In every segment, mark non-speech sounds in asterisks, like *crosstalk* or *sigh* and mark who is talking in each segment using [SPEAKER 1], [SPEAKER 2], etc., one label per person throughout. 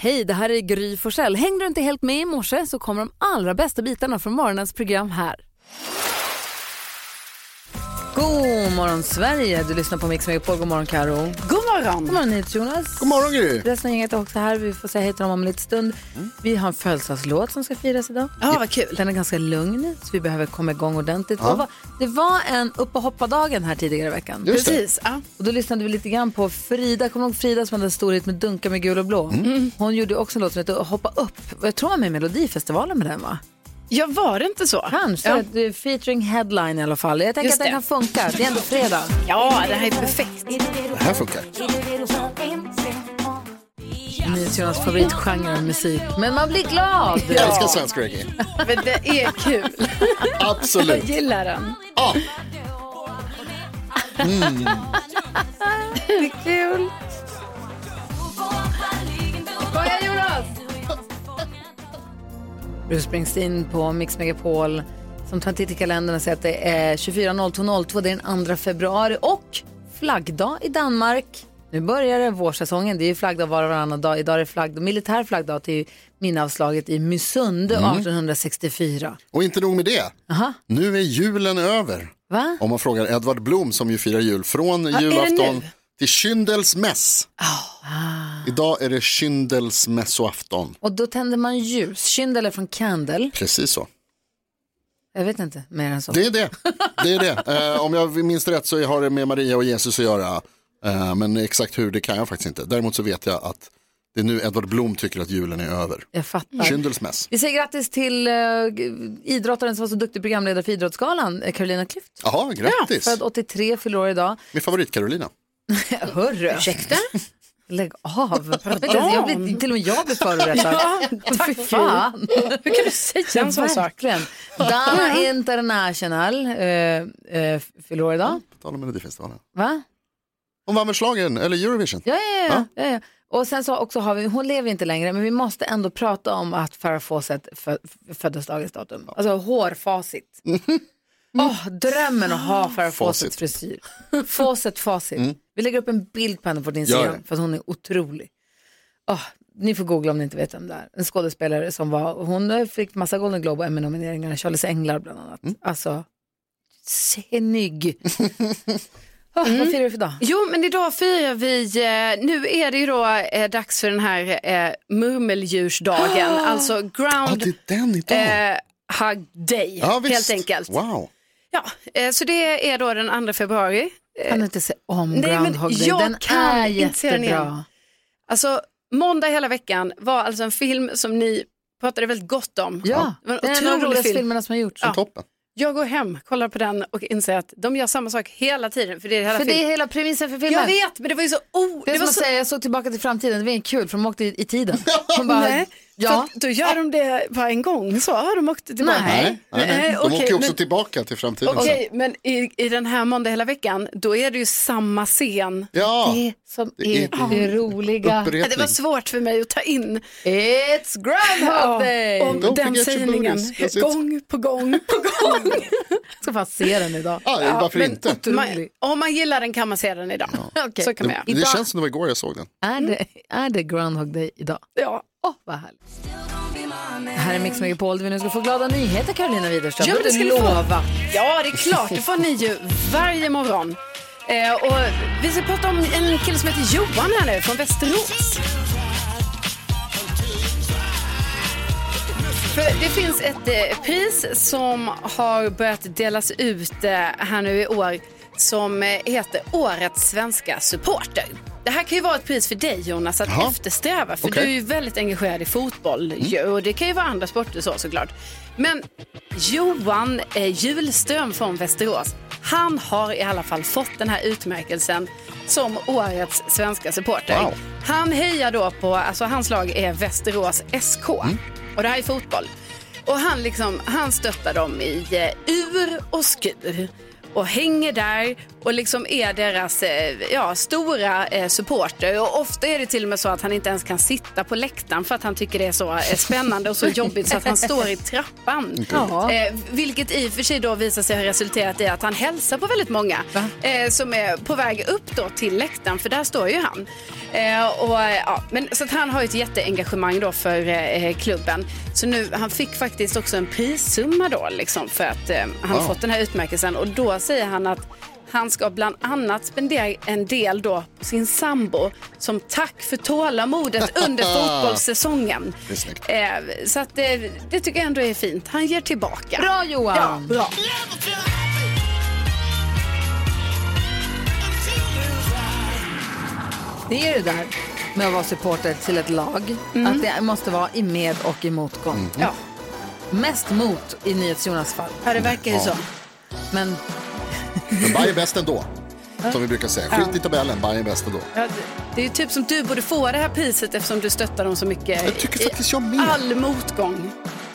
[SPEAKER 1] Hej, det här är Gry Forssell. Hängde du inte helt med i morse så kommer de allra bästa bitarna från morgonens program här. God morgon Sverige, du lyssnar på Mix Megapol. God morgon Karo.
[SPEAKER 2] God morgon.
[SPEAKER 1] God morgon Jonas.
[SPEAKER 3] God morgon Gry.
[SPEAKER 1] Resten av gänget är också här. Vi får säga hej till dem om en liten stund. Vi har en födelsedagslåt som ska firas idag.
[SPEAKER 2] Ja, vad kul.
[SPEAKER 1] Den är ganska lugn så vi behöver komma igång ordentligt.
[SPEAKER 3] Ja.
[SPEAKER 1] Det, var, det var en upp och hoppa-dagen här tidigare i veckan.
[SPEAKER 3] Just det.
[SPEAKER 2] Precis. Ja.
[SPEAKER 1] Och då lyssnade vi lite grann på Frida, kommer du ihåg Frida som hade en storhet med Dunka med gul och blå?
[SPEAKER 2] Mm.
[SPEAKER 1] Hon gjorde också en låt som heter Hoppa upp. Jag tror hon var med i Melodifestivalen med den va?
[SPEAKER 2] ja, var det inte så?
[SPEAKER 1] Kanske,
[SPEAKER 2] Ja,
[SPEAKER 1] Det är featuring headline i alla fall. Jag tänker
[SPEAKER 2] Just
[SPEAKER 1] att den
[SPEAKER 2] det.
[SPEAKER 1] kan funka, det är ändå fredag.
[SPEAKER 2] ja det här är perfekt.
[SPEAKER 3] Det här funkar.
[SPEAKER 1] Jonas favoritgenre av musik. Men man blir glad!
[SPEAKER 3] Jag älskar svensk reggae.
[SPEAKER 2] Men det är
[SPEAKER 3] *laughs*
[SPEAKER 2] kul. Jag *laughs*
[SPEAKER 3] Absolut.
[SPEAKER 2] gillar den.
[SPEAKER 3] Ah,
[SPEAKER 1] Det är kul! Kom igen Jonas! Bruce Springsteen på Mix Megapol som tar en titt i kalendern och säger att det är 24.02.02, det är den 2 februari och flaggdag i Danmark. Nu börjar det vårsäsongen, det är ju flaggdag var och varannan dag. Idag är det flaggdag, militär flaggdag till minneavslaget i Mysunde 1864.
[SPEAKER 3] och inte nog med det.
[SPEAKER 1] Aha,
[SPEAKER 3] Nu är julen över.
[SPEAKER 1] va?
[SPEAKER 3] Om man frågar Edvard Blom som ju firar jul från
[SPEAKER 2] nu?
[SPEAKER 3] julafton till Kyndels mäss. Idag är det Kyndels mässoafton.
[SPEAKER 1] Och då tänder man ljus, kyndel är från candle.
[SPEAKER 3] Precis så.
[SPEAKER 1] Jag vet inte mer än så.
[SPEAKER 3] Det är det. det, är det. Eh, om jag minns rätt så har det med Maria och Jesus att göra. Eh, men exakt hur det kan jag faktiskt inte. Däremot så vet jag att det är nu Edvard Blom tycker att julen är över.
[SPEAKER 1] Jag fattar.
[SPEAKER 3] Kyndels mäss.
[SPEAKER 1] Vi säger grattis till eh, idrottaren som var så duktig programledare för Idrottsgalan, eh, Carolina Klüft.
[SPEAKER 3] Jaha, grattis.
[SPEAKER 1] Född 83, fyller år idag.
[SPEAKER 3] Min favorit Carolina.
[SPEAKER 1] Hörru! Ursäkta? Lägg av. *laughs* Jag blir, till och med jag blir förorättad. Fy fan.
[SPEAKER 2] Hur kan du säga en sån sak?
[SPEAKER 1] Verkligen. Dana International eh, eh, fyller år idag.
[SPEAKER 3] På tal om Melodifestivalen.
[SPEAKER 1] Va?
[SPEAKER 3] Hon vann väl schlagern, eller Eurovision?
[SPEAKER 1] Ja, ja, ja. ja, ja. Och sen så också har vi, hon lever inte längre, men vi måste ändå prata om att Farah Fawcett fö, föddes dagens datum. Alltså hårfacit. Åh, drömmen att ha Farah Fawcetts
[SPEAKER 3] Facit.
[SPEAKER 1] frisyr. Fawcett, facit. Vi lägger upp en bild på henne på din Instagram,
[SPEAKER 3] det.
[SPEAKER 1] för att hon är otrolig. Åh, ni får googla om ni inte vet vem det är. En skådespelare som var, hon fick massa Golden Globe och Emmy-nomineringar, Charlies Änglar bland annat. Alltså, snygg. Åh, Vad firar du för dag?
[SPEAKER 2] Jo, men idag firar vi, eh, nu är det ju då eh, dags för den här eh, murmeldjursdagen, alltså
[SPEAKER 3] Ah! Ja,
[SPEAKER 2] ground
[SPEAKER 3] det är den idag.
[SPEAKER 2] eh, hug day,
[SPEAKER 3] ja, visst.
[SPEAKER 2] helt enkelt.
[SPEAKER 3] Wow.
[SPEAKER 2] Ja, eh, så det är då den 2 februari.
[SPEAKER 1] kan du inte se om
[SPEAKER 2] Eh, Nej, men
[SPEAKER 1] Groundhog Day?
[SPEAKER 2] jag
[SPEAKER 1] Den
[SPEAKER 2] kan
[SPEAKER 1] är
[SPEAKER 2] inte se den igen.
[SPEAKER 1] jättebra.
[SPEAKER 2] Alltså, måndag hela veckan var alltså en film som ni pratade väldigt gott om.
[SPEAKER 1] Ja,
[SPEAKER 2] Det var en
[SPEAKER 1] det är en av de
[SPEAKER 2] otrolig
[SPEAKER 1] roligaste
[SPEAKER 2] film.
[SPEAKER 1] filmerna som har gjorts.
[SPEAKER 2] Ja,
[SPEAKER 3] Toppen.
[SPEAKER 2] Jag går hem, kollar på den och inser att de gör samma sak hela tiden. För det är hela
[SPEAKER 1] för det
[SPEAKER 2] filmen.
[SPEAKER 1] är hela premissen för filmen.
[SPEAKER 2] Jag vet, men det var ju så... Oh, det
[SPEAKER 1] Det är
[SPEAKER 2] var
[SPEAKER 1] som att
[SPEAKER 2] så...
[SPEAKER 1] säga, jag såg tillbaka till framtiden, det var inget kul för de åkte i,
[SPEAKER 2] *laughs*
[SPEAKER 1] i tiden. Hon bara,
[SPEAKER 2] Nej,
[SPEAKER 1] ja.
[SPEAKER 2] för att då gör de det bara en gång, så har de åkt tillbaka.
[SPEAKER 1] Nej,
[SPEAKER 2] Nej, Eh,
[SPEAKER 3] De åker
[SPEAKER 2] okej,
[SPEAKER 3] ju också
[SPEAKER 2] men-
[SPEAKER 3] tillbaka till framtiden
[SPEAKER 2] Okej,
[SPEAKER 3] sen.
[SPEAKER 2] men i, i den här måndag hela veckan, då är det ju samma scen.
[SPEAKER 3] Ja,
[SPEAKER 1] Det som
[SPEAKER 3] Det
[SPEAKER 1] är
[SPEAKER 3] är
[SPEAKER 1] det roliga.
[SPEAKER 2] Det var
[SPEAKER 3] upprepning.
[SPEAKER 2] svårt för mig att ta in
[SPEAKER 1] It's Groundhog Day!
[SPEAKER 2] om
[SPEAKER 3] Don't
[SPEAKER 2] den
[SPEAKER 3] forget your
[SPEAKER 2] sägningen
[SPEAKER 3] booties. That's it.
[SPEAKER 2] gång på
[SPEAKER 1] *laughs*
[SPEAKER 2] gång *laughs* på gång.
[SPEAKER 1] Jag ska fan se den idag.
[SPEAKER 3] Ja, varför inte?
[SPEAKER 2] man,
[SPEAKER 1] Otrolig.
[SPEAKER 2] om man gillar den kan man se den idag.
[SPEAKER 1] Okej.
[SPEAKER 2] Så kan man
[SPEAKER 3] Det,
[SPEAKER 2] göra.
[SPEAKER 3] det
[SPEAKER 1] Idag-
[SPEAKER 3] känns som det var igår jag såg den.
[SPEAKER 1] Är det, är det Groundhog Day idag?
[SPEAKER 2] Ja.
[SPEAKER 1] Åh, vad härligt. Det här är Mix Megapol där vi nu ska få glada nyheter, Karolina Widerström.
[SPEAKER 2] Ja, men det
[SPEAKER 1] du
[SPEAKER 2] ska ni få.
[SPEAKER 1] lova.
[SPEAKER 2] Ja, det är klart. Det får ni ju varje morgon. Eh, och vi ska prata om en kille som heter Johan här nu, från Västerås. För det finns ett eh, pris som har börjat delas ut eh, här nu i år som eh, heter Årets svenska supporter. Det här kan ju vara ett pris för dig Jonas att
[SPEAKER 3] Jaha.
[SPEAKER 2] eftersträva för
[SPEAKER 3] Okej. Mm.
[SPEAKER 2] du är ju väldigt engagerad i fotboll ju, och det kan ju vara andra sporter så såklart. Men Johan eh, Julström från Västerås, han har i alla fall fått den här utmärkelsen som Årets svenska supporter.
[SPEAKER 3] Wow.
[SPEAKER 2] Han hejar då på, alltså hans lag är Västerås SK och det här är fotboll. Och han, liksom, han stöttar dem i eh, ur och skur och hänger där och och liksom är deras eh, ja, stora eh, supporter. Och ofta är det till och med så att han inte ens kan sitta på läktaren för att han tycker det är så eh, spännande och så jobbigt så att han står i trappan.
[SPEAKER 4] Ja.
[SPEAKER 2] Eh, vilket i och för sig då visar sig ha resulterat i att han hälsar på väldigt många eh, som är på väg upp då till läktaren, för där står ju han. Eh, och, eh, ja, men, så att han har ju ett jätteengagemang då för eh, klubben. Så nu, han fick faktiskt också en prissumma då liksom, för att eh, han
[SPEAKER 3] Wow.
[SPEAKER 2] fått den här utmärkelsen och då säger han att han ska bland annat spendera en del då på sin sambo som tack för tålamodet
[SPEAKER 3] *laughs*
[SPEAKER 2] under fotbollssäsongen.
[SPEAKER 3] Det är snyggt.
[SPEAKER 2] Eh, så att, eh, det tycker jag ändå är fint. Han ger tillbaka.
[SPEAKER 4] Bra Johan!
[SPEAKER 2] Bra.
[SPEAKER 4] Det är det där med att vara supporter till ett lag. Att det måste vara i med och i motgång.
[SPEAKER 2] Ja,
[SPEAKER 4] Mest mot i NyhetsJonas fall.
[SPEAKER 2] ja det verkar ju
[SPEAKER 3] Ja.
[SPEAKER 2] så.
[SPEAKER 4] Men
[SPEAKER 3] Men Bayern är bäst ändå. Som vi brukar säga. Skit i tabellen, Bayern är bäst ändå.
[SPEAKER 2] Ja, det- det är ju typ som du borde få det här priset eftersom du stöttar dem så mycket.
[SPEAKER 3] Jag tycker
[SPEAKER 2] i-
[SPEAKER 3] faktiskt jag
[SPEAKER 2] i
[SPEAKER 3] med.
[SPEAKER 2] All motgång.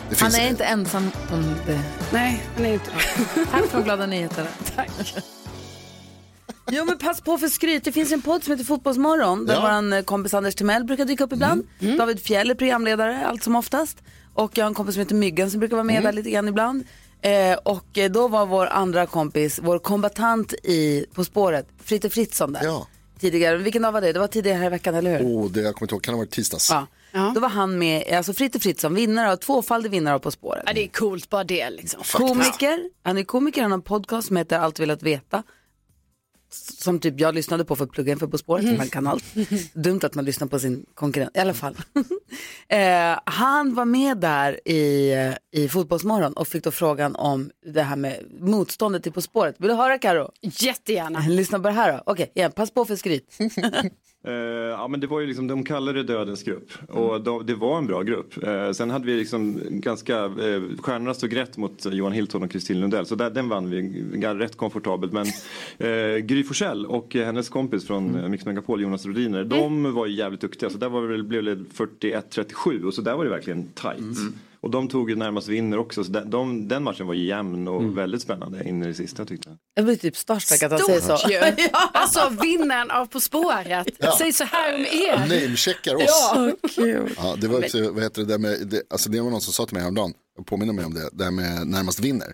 [SPEAKER 3] Det
[SPEAKER 4] han
[SPEAKER 3] finns
[SPEAKER 4] är inte ensam om det.
[SPEAKER 2] Nej, han är inte *laughs*
[SPEAKER 4] Tack för de glada nyheterna.
[SPEAKER 2] Tack.
[SPEAKER 1] Jo men pass på för skryt. Det finns en podd som heter Fotbollsmorgon där
[SPEAKER 3] Ja. Mm.
[SPEAKER 1] våran eh, kompis Anders Timell brukar dyka upp ibland. David Fjell är programledare allt som oftast. Och jag har en kompis som heter Myggan som brukar vara
[SPEAKER 3] Mm.
[SPEAKER 1] med där lite grann ibland. Eh, och eh, då var vår andra kompis, vår kombatant i På spåret, Fritte Fritzson där.
[SPEAKER 3] Ja.
[SPEAKER 1] Tidigare, vilken dag var det? Det var tidigare här i veckan, eller hur?
[SPEAKER 3] Oh, det jag kommer inte ihåg, kan ha varit tisdags.
[SPEAKER 1] Ja.
[SPEAKER 2] Ja.
[SPEAKER 1] Då var han med, alltså Fritte Fritzson, vinnare av, tvåfaldig vinnare av På spåret.
[SPEAKER 2] Ja, det är coolt bara det liksom.
[SPEAKER 1] Komiker, han är komiker, han har en podcast som heter Allt velat veta. S- Som typ jag lyssnade på för att plugga inför På spåret, man
[SPEAKER 2] *laughs*
[SPEAKER 1] kan allt. Dumt att man lyssnar på sin konkurrent, i alla fall. *laughs* eh, han var med där i, i Fotbollsmorgon och fick då frågan om det här med motståndet till På spåret. Vill du höra Karo?
[SPEAKER 2] Jättegärna.
[SPEAKER 1] Lyssna på det här då. Okej, igen, pass på för skryt.
[SPEAKER 5] Eh, ja, men det var ju liksom, de kallade det dödens grupp och de, det var en bra grupp. Eh, sen hade vi liksom ganska, eh, stjärnorna stod rätt mot Johan Hilton och Kristin Lundell så där, den vann vi g- rätt komfortabelt. Men eh, Gry Forssell och eh, hennes kompis från mm. Mix Megapol, Jonas Rhodiner, de var ju jävligt duktiga så där var det, blev det 41-37 och så där var det verkligen tight. Och de tog ju närmast vinner också så de, de, den matchen var ju jämn och väldigt spännande in i det sista tyckte jag.
[SPEAKER 1] Jag blir typ starstruck att han säger så.
[SPEAKER 2] Stort ju. Alltså vinnaren av På spåret. Säg så här om er.
[SPEAKER 3] Namecheckar oss. Ja, det var också, vad heter det, där med, det, alltså det var någon som sa till mig häromdagen, jag påminner mig om det, det här med närmast vinner.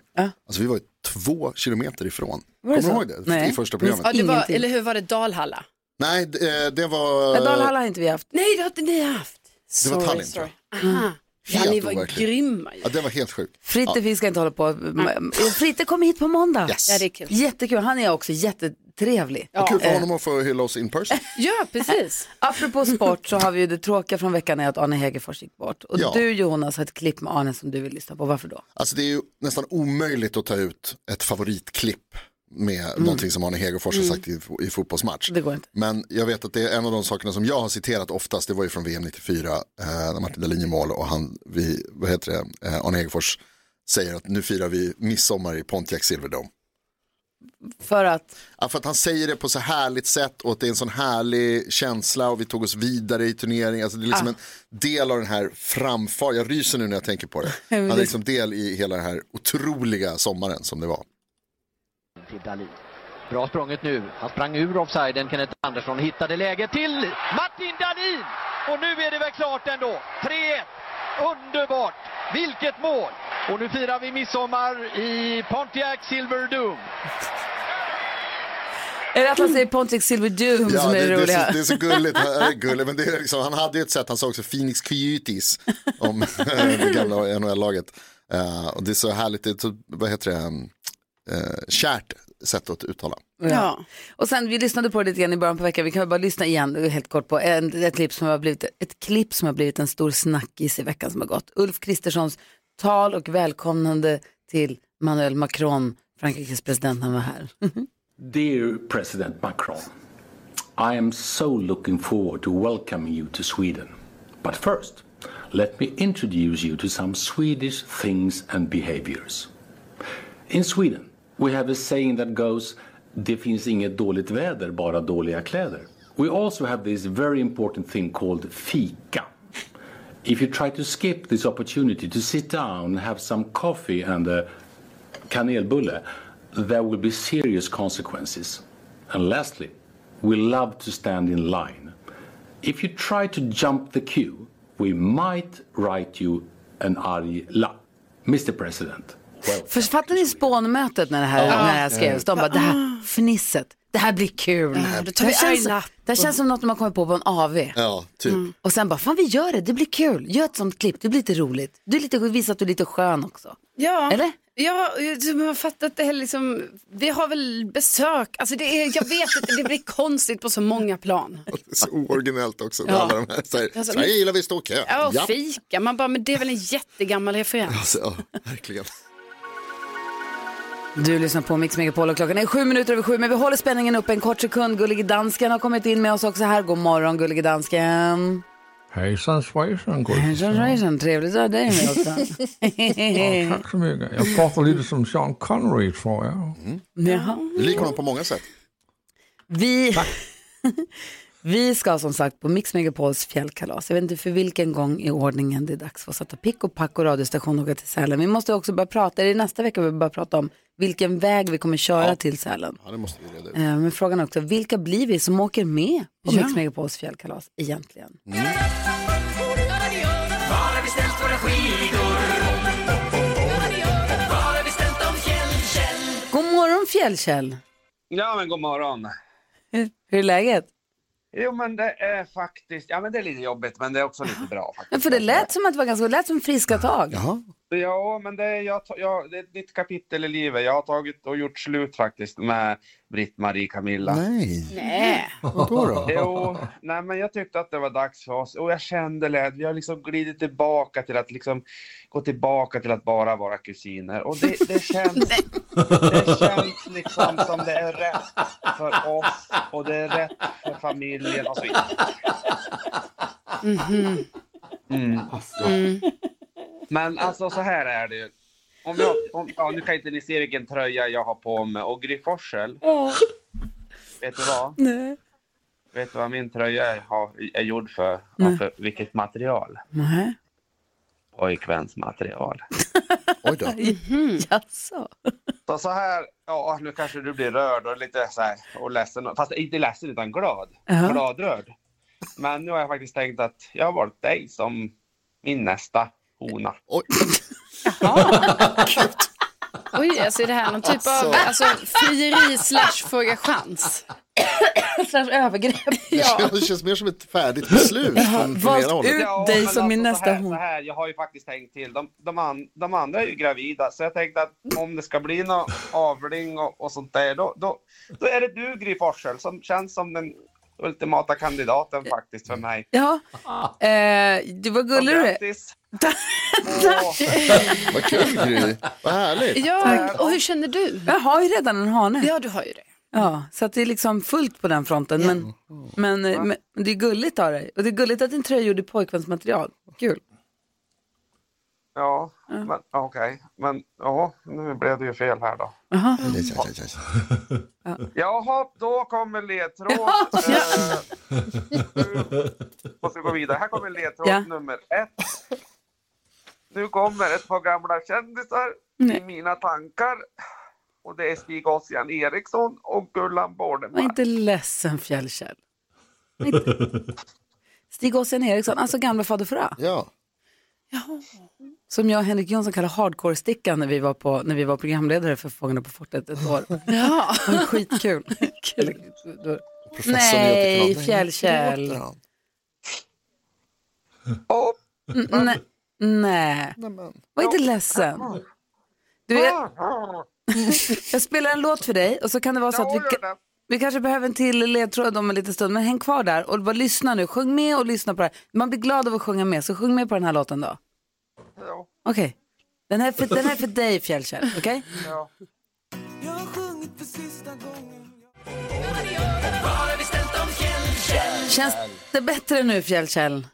[SPEAKER 3] Alltså vi var ju två kilometer ifrån. Kommer du
[SPEAKER 1] så?
[SPEAKER 3] ihåg det?
[SPEAKER 1] Nej.
[SPEAKER 3] I första
[SPEAKER 1] Minns
[SPEAKER 3] programmet.
[SPEAKER 2] Ja, det var,
[SPEAKER 1] Ingenting.
[SPEAKER 2] eller hur var det Dalhalla?
[SPEAKER 3] Nej, det, eh, det var,
[SPEAKER 1] Men *laughs* Dalhalla har inte vi haft.
[SPEAKER 2] Nej, det har inte ni haft.
[SPEAKER 3] det var Tallinn. tror
[SPEAKER 2] Sorry.
[SPEAKER 3] jag. Mm.
[SPEAKER 2] Aha. Ja,
[SPEAKER 3] Helt
[SPEAKER 2] ni var
[SPEAKER 3] overkligt.
[SPEAKER 2] grymma ju.
[SPEAKER 3] Ja, det var helt sjukt.
[SPEAKER 1] Fritte, vi ska inte hålla på. Mm. Fritte kommer hit på måndag.
[SPEAKER 3] Mm. Yes.
[SPEAKER 2] Ja, det är kul.
[SPEAKER 1] Jättekul, han är också jättetrevlig.
[SPEAKER 3] Vad kul för honom att få hylla oss in person.
[SPEAKER 2] Ja, precis.
[SPEAKER 1] Apropå sport så har vi ju det tråkiga från veckan är att Arne Hegerfors gick bort. Och
[SPEAKER 3] Ja.
[SPEAKER 1] du Jonas har ett klipp med Arne som du vill lyssna på. Varför då?
[SPEAKER 3] Alltså det är ju nästan omöjligt att ta ut ett favoritklipp med
[SPEAKER 1] Mm.
[SPEAKER 3] någonting som Arne Hegerfors har sagt i, i fotbollsmatch.
[SPEAKER 1] Det går inte.
[SPEAKER 3] Men jag vet att det är en av de sakerna som jag har citerat oftast, det var ju från VM 94, eh, när Martin Dahlin gör mål och han, vi, vad heter det, eh, Arne Hegerfors säger att nu firar vi midsommar i Pontiac Silverdome.
[SPEAKER 1] För att,
[SPEAKER 3] Ja, för att han säger det på så härligt sätt och att det är en sån härlig känsla och vi tog oss vidare i turneringen. Alltså det är liksom en del av den här framfart, jag ryser nu när jag tänker på det. Han är liksom del i hela den här otroliga sommaren som det var.
[SPEAKER 6] till Dalin. Bra språnget nu. Han sprang ur offsiden. Kenneth Andersson hittade läge till Martin Dalin! Och nu är det väl klart ändå. 3-1. Underbart! Vilket mål! Och nu firar vi midsommar i Pontiac Silverdome.
[SPEAKER 1] är det att han säger Pontic Silverdome som är det,
[SPEAKER 3] det, det,
[SPEAKER 1] roliga?
[SPEAKER 3] är så, det är så gulligt. Han, är gulligt men det är liksom, han hade ju ett sätt, han sa också Phoenix Coyotes om eh, det gamla NHL-laget. Eh, och det är så härligt, det är så, vad heter det, uh, kärt sätt att uttala.
[SPEAKER 2] Ja.
[SPEAKER 1] Och sen, vi lyssnade på det lite grann i början på veckan, vi kan väl bara lyssna igen helt kort på en, ett, klipp som har blivit, ett klipp som har blivit en stor snackis i veckan som har gått. Ulf Kristerssons tal och välkomnande till Manuel Macron, Frankrikes president, han var här. *laughs*
[SPEAKER 7] Dear President Macron, I am so looking forward to welcoming you to Sweden. But first, let me introduce you to some Swedish things and behaviors. In Sweden, we have a saying that goes, Det finns inget dåligt väder, bara dåliga kläder. We also have this very important thing called fika. If you try to skip this opportunity to sit down, have some coffee and a kanelbulle, there will be serious consequences. And lastly, we love to stand in line. If you try to jump the queue, we might write you an arg lapp. Mr President,
[SPEAKER 1] *laughs*
[SPEAKER 7] well,
[SPEAKER 1] För fattar ni spånmötet när det här, när det här skrevs? De bara, det här fnisset, det här blir kul.
[SPEAKER 2] Ah. då
[SPEAKER 1] det,
[SPEAKER 2] tar vi
[SPEAKER 1] här känns,
[SPEAKER 2] arg lapp.
[SPEAKER 1] det här känns som något man kommer på på en AV.
[SPEAKER 3] Ja, typ.
[SPEAKER 1] Och sen bara, fan vi gör det, det blir kul. Gör ett sånt klipp, det blir lite roligt. Du är lite, visa att du är lite skön också.
[SPEAKER 2] Ja.
[SPEAKER 1] Eller?
[SPEAKER 2] Ja, jag- man fattar att det här liksom, vi har väl besök, alltså det är, jag vet att det blir konstigt på så många plan.
[SPEAKER 3] Det är så ooriginellt också. Med
[SPEAKER 2] Ja.
[SPEAKER 3] alla de här, så här,
[SPEAKER 2] Alltså,
[SPEAKER 3] Sverige gillar visst att åka.
[SPEAKER 2] Ja, och fika, man bara, men det är väl en jättegammal referens.
[SPEAKER 3] Alltså, ja, verkligen.
[SPEAKER 1] Du lyssnar på Mix Megapol och klockan är sju minuter över sju, men vi håller spänningen uppe en kort sekund. Gullige dansken har kommit in med oss också här. God morgon Gullige dansken.
[SPEAKER 8] Hejsan svejsan,
[SPEAKER 1] Hejsan
[SPEAKER 8] godisen.
[SPEAKER 1] hejsan, trevligt att ha dig med också.
[SPEAKER 8] Tack så mycket. Jag pratar lite som Sean Connery tror jag.
[SPEAKER 1] Jaha.
[SPEAKER 3] Du liknar honom på många sätt.
[SPEAKER 1] Vi, *laughs* vi ska som sagt på Mix Megapols fjällkalas. Jag vet inte för vilken gång i ordningen det är dags för oss att ta pick och pack och radiostation och åka till Sälen. Vi måste också börja prata, är det nästa vecka vi börjar prata om vilken väg vi kommer köra till Sälen?
[SPEAKER 3] Ja, det måste vi reda ut.
[SPEAKER 1] Eh, Men frågan är också, vilka blir vi som åker med på Mix Megapols fjällkalas egentligen? God morgon Fjällkäll!
[SPEAKER 9] Ja, men god morgon.
[SPEAKER 1] Hur hur är läget?
[SPEAKER 9] Jo, men det är faktiskt, ja men det är lite jobbigt, men det är också lite bra faktiskt.
[SPEAKER 1] Ja, för det lät som att det var ganska, det lät som friska tag.
[SPEAKER 9] Ja, men det är, jag, ta- jag, det är ett nytt kapitel i livet. Jag har tagit och gjort slut faktiskt med Britt-Marie Camilla.
[SPEAKER 3] Nej,
[SPEAKER 2] Nej.
[SPEAKER 3] vadå då?
[SPEAKER 9] Jo, nej men jag tyckte att det var dags för oss och jag kände lätt, vi har liksom glidit tillbaka till att liksom gå tillbaka till att bara vara kusiner och det, det känns, det känns liksom som det är rätt för oss och det är rätt för familjen och så vidare. Mm-hmm. Mm. Men alltså så här är det ju. Om jag, om, ja, nu kan inte ni se vilken tröja jag har på mig och Gry Forssell, vet du vad? Vet du vad min tröja är, har, är gjord för? Och för vilket material?
[SPEAKER 1] Nej.
[SPEAKER 9] Pojkvänsmaterial.
[SPEAKER 3] Oj då.
[SPEAKER 1] Jaså?
[SPEAKER 9] Så, så här, ja nu kanske du blir rörd och lite så här och ledsen. Fast inte ledsen utan glad.
[SPEAKER 1] Ja.
[SPEAKER 9] Gladrörd. Men nu har jag faktiskt tänkt att jag har valt dig som min nästa hona.
[SPEAKER 3] Oj.
[SPEAKER 2] Oj, alltså är det här någon typ av alltså, frieri slash fråga chans?
[SPEAKER 1] *coughs* Slash övergrepp.
[SPEAKER 3] Det känns mer som ett färdigt beslut från, från
[SPEAKER 1] Valt
[SPEAKER 3] era hållet.
[SPEAKER 1] ut dig
[SPEAKER 9] men alltså,
[SPEAKER 1] som min nästa
[SPEAKER 9] så här,
[SPEAKER 1] hon.
[SPEAKER 9] Så här, jag har ju faktiskt tänkt till. De, de, an, de andra är ju gravida, så jag tänkte att om det ska bli någon avling och, och sånt där, då, då, då är det du Gry Forssell som känns som den ultimata kandidaten faktiskt för mig.
[SPEAKER 1] Ja, eh, du var
[SPEAKER 9] Så
[SPEAKER 1] gullig du är.
[SPEAKER 9] grattis.
[SPEAKER 3] Vad kul Gry. Vad härligt.
[SPEAKER 2] Ja, och hur känner du?
[SPEAKER 1] Jag har ju redan en hane. Ja.
[SPEAKER 2] Ja, du har ju det.
[SPEAKER 1] så att det är liksom fullt på den fronten. Men, men, eh, men det är gulligt av dig. Och det är gulligt att din tröja är gjord i pojkvänsmaterial. Kul.
[SPEAKER 9] Ja, men okej. Men ja, nu blev det ju fel här då.
[SPEAKER 3] Aj, aj, aj, aj.
[SPEAKER 9] Jaha, då kommer ledtråd. Eh, nu måste vi gå vidare. Här kommer ledtråd
[SPEAKER 1] Ja.
[SPEAKER 9] nummer ett. Nu kommer ett par gamla kändisar
[SPEAKER 2] Mm.
[SPEAKER 9] i mina tankar. Och det är Stig Ossian Eriksson och Gullan
[SPEAKER 1] Var
[SPEAKER 9] Bornemark.
[SPEAKER 1] inte ledsen Fjällkäll.
[SPEAKER 2] *laughs*
[SPEAKER 1] Var inte- Stig Ossian Eriksson, alltså gamla fader Fouras,
[SPEAKER 3] Ja.
[SPEAKER 1] Som jag och Henrik Jonsson kallar hardcore-stickan när vi var, på, när vi var programledare för Fångarna på fortet ett år.
[SPEAKER 2] *laughs* Ja.
[SPEAKER 1] Det var
[SPEAKER 2] *laughs*
[SPEAKER 1] skitkul.
[SPEAKER 3] Professorn
[SPEAKER 1] Nej,
[SPEAKER 3] i Göteborg.
[SPEAKER 1] Fjällkäll.
[SPEAKER 3] Nej, det låter
[SPEAKER 9] Och
[SPEAKER 1] Nej. Nej. Var inte ledsen. Du, jag, jag spelar en låt för dig och så kan det vara så att vi, ka- vi kanske behöver en till ledtråd om en liten stund. Men häng kvar där och bara lyssna nu. Sjung med och lyssna på det här. Man blir glad av att sjunga med, så sjung med på den här låten då.
[SPEAKER 9] Ja.
[SPEAKER 1] Okej. Den här är för, den här är för dig Fjällkäll, okej?
[SPEAKER 9] Ja.
[SPEAKER 1] Känns det bättre nu Fjällkäll?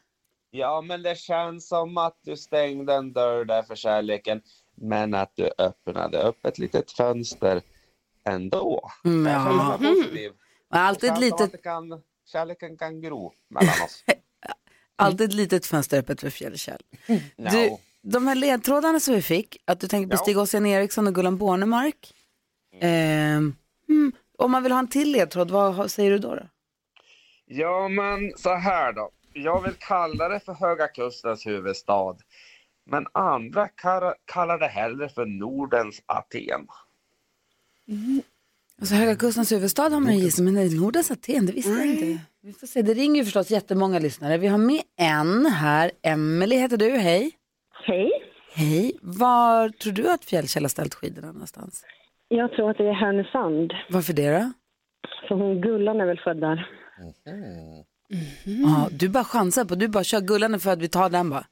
[SPEAKER 9] ja, men det känns som att du stängde en dörr där för kärleken. Men att du öppnade upp ett litet fönster ändå.
[SPEAKER 1] Mm,
[SPEAKER 9] Jag känner
[SPEAKER 1] ja.
[SPEAKER 9] mig positiv.
[SPEAKER 1] Alltid ett
[SPEAKER 9] Känns som
[SPEAKER 1] litet,
[SPEAKER 9] att det kan, kärleken kan gro mellan oss.
[SPEAKER 1] alltid ett litet fönster öppet för Fjällkäll.
[SPEAKER 9] No.
[SPEAKER 1] Du, de här ledtrådarna som vi fick, att du tänker på
[SPEAKER 9] Ja.
[SPEAKER 1] Stig Ossian Eriksson och Gullan Bornemark. Ehm, mm, Om man vill ha en till ledtråd, vad har- säger du då? då?
[SPEAKER 9] Ja, men så här då. Jag vill kalla det för Höga Kustens huvudstad. Men andra kar- kallar det hellre för Nordens Aten.
[SPEAKER 1] Alltså Höga Kustens huvudstad har man ju gissat, men nej, Nordens Aten, det visste jag inte. Vi får se, det ringer ju förstås jättemånga lyssnare. Vi har med en här, Emelie heter du, hej.
[SPEAKER 10] Hej.
[SPEAKER 1] Hej, var tror du att Fjällkäll har ställt skidorna någonstans?
[SPEAKER 10] Jag tror att det är Härnösand.
[SPEAKER 1] Varför det då?
[SPEAKER 10] För hon Gullan är väl född där.
[SPEAKER 1] Ja, du bara chansar på, du bara kör Gullan för att vi tar den bara.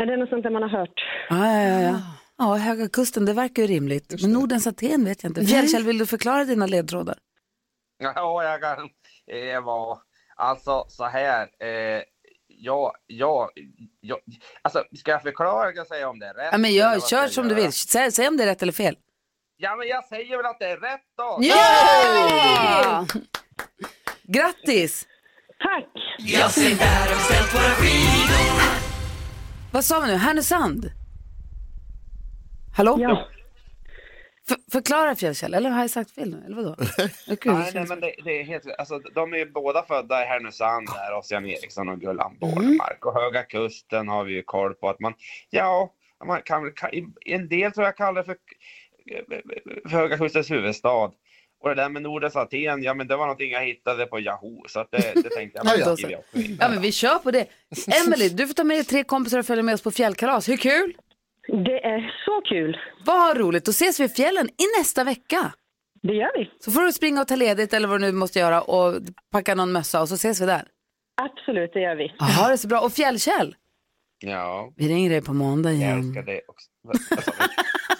[SPEAKER 10] Är det något sånt där man har hört?
[SPEAKER 1] Ja, ja, ja. ja. ja Höga Kusten, det verkar ju rimligt. Men Nordens Aten vet jag inte. Fjällkäll, vill du förklara dina ledtrådar?
[SPEAKER 9] Ja, jag kan... Det var... Alltså, så här. Eh, ja, ja, ja... Alltså, ska jag förklara eller ska jag säga om det är rätt?
[SPEAKER 1] Ja, men
[SPEAKER 9] eller vad
[SPEAKER 1] jag
[SPEAKER 9] ska
[SPEAKER 1] kör som du
[SPEAKER 9] göra?
[SPEAKER 1] vill, säg, säg om det är rätt eller fel.
[SPEAKER 9] Ja, men jag säger väl att det är rätt då!
[SPEAKER 2] Ja.
[SPEAKER 1] Grattis!
[SPEAKER 10] Tack!
[SPEAKER 1] Vad sa vi nu, Härnösand? Hallå?
[SPEAKER 10] Ja.
[SPEAKER 1] För, förklara Fjällkäll, eller har jag sagt fel nu? Eller vadå? *laughs* Åh, Gud,
[SPEAKER 9] Nej, nej, men det, det är helt... Alltså, de är ju båda födda i Härnösand där, och Jan Eriksson och Gullan Bornemark. Och Höga Kusten har vi ju koll på att man... Ja, man kan väl... ka- i- En del tror jag kallar det för, för Höga Kustens huvudstad. Och det där med Nordens Aten, ja men det var någonting jag hittade på Yahoo, så att det, det tänkte jag
[SPEAKER 3] Ja,
[SPEAKER 9] att
[SPEAKER 3] ja.
[SPEAKER 9] jag skriver också in.
[SPEAKER 1] Ja, men vi kör på det. Emily, du får ta med dig tre kompisar och följa med oss på fjällkalas. Hur kul?
[SPEAKER 10] Det är så kul.
[SPEAKER 1] Vad roligt. Då ses vi i fjällen i nästa vecka.
[SPEAKER 10] Det gör vi.
[SPEAKER 1] Så får du springa och ta ledigt eller vad du nu måste göra och packa någon mössa och så ses vi där.
[SPEAKER 10] Absolut, det gör vi.
[SPEAKER 1] Ja, ha det så bra. Och Fjällkäll,
[SPEAKER 9] Ja,
[SPEAKER 1] vi ringer dig på måndag
[SPEAKER 9] jag
[SPEAKER 1] igen.
[SPEAKER 9] älskar det också.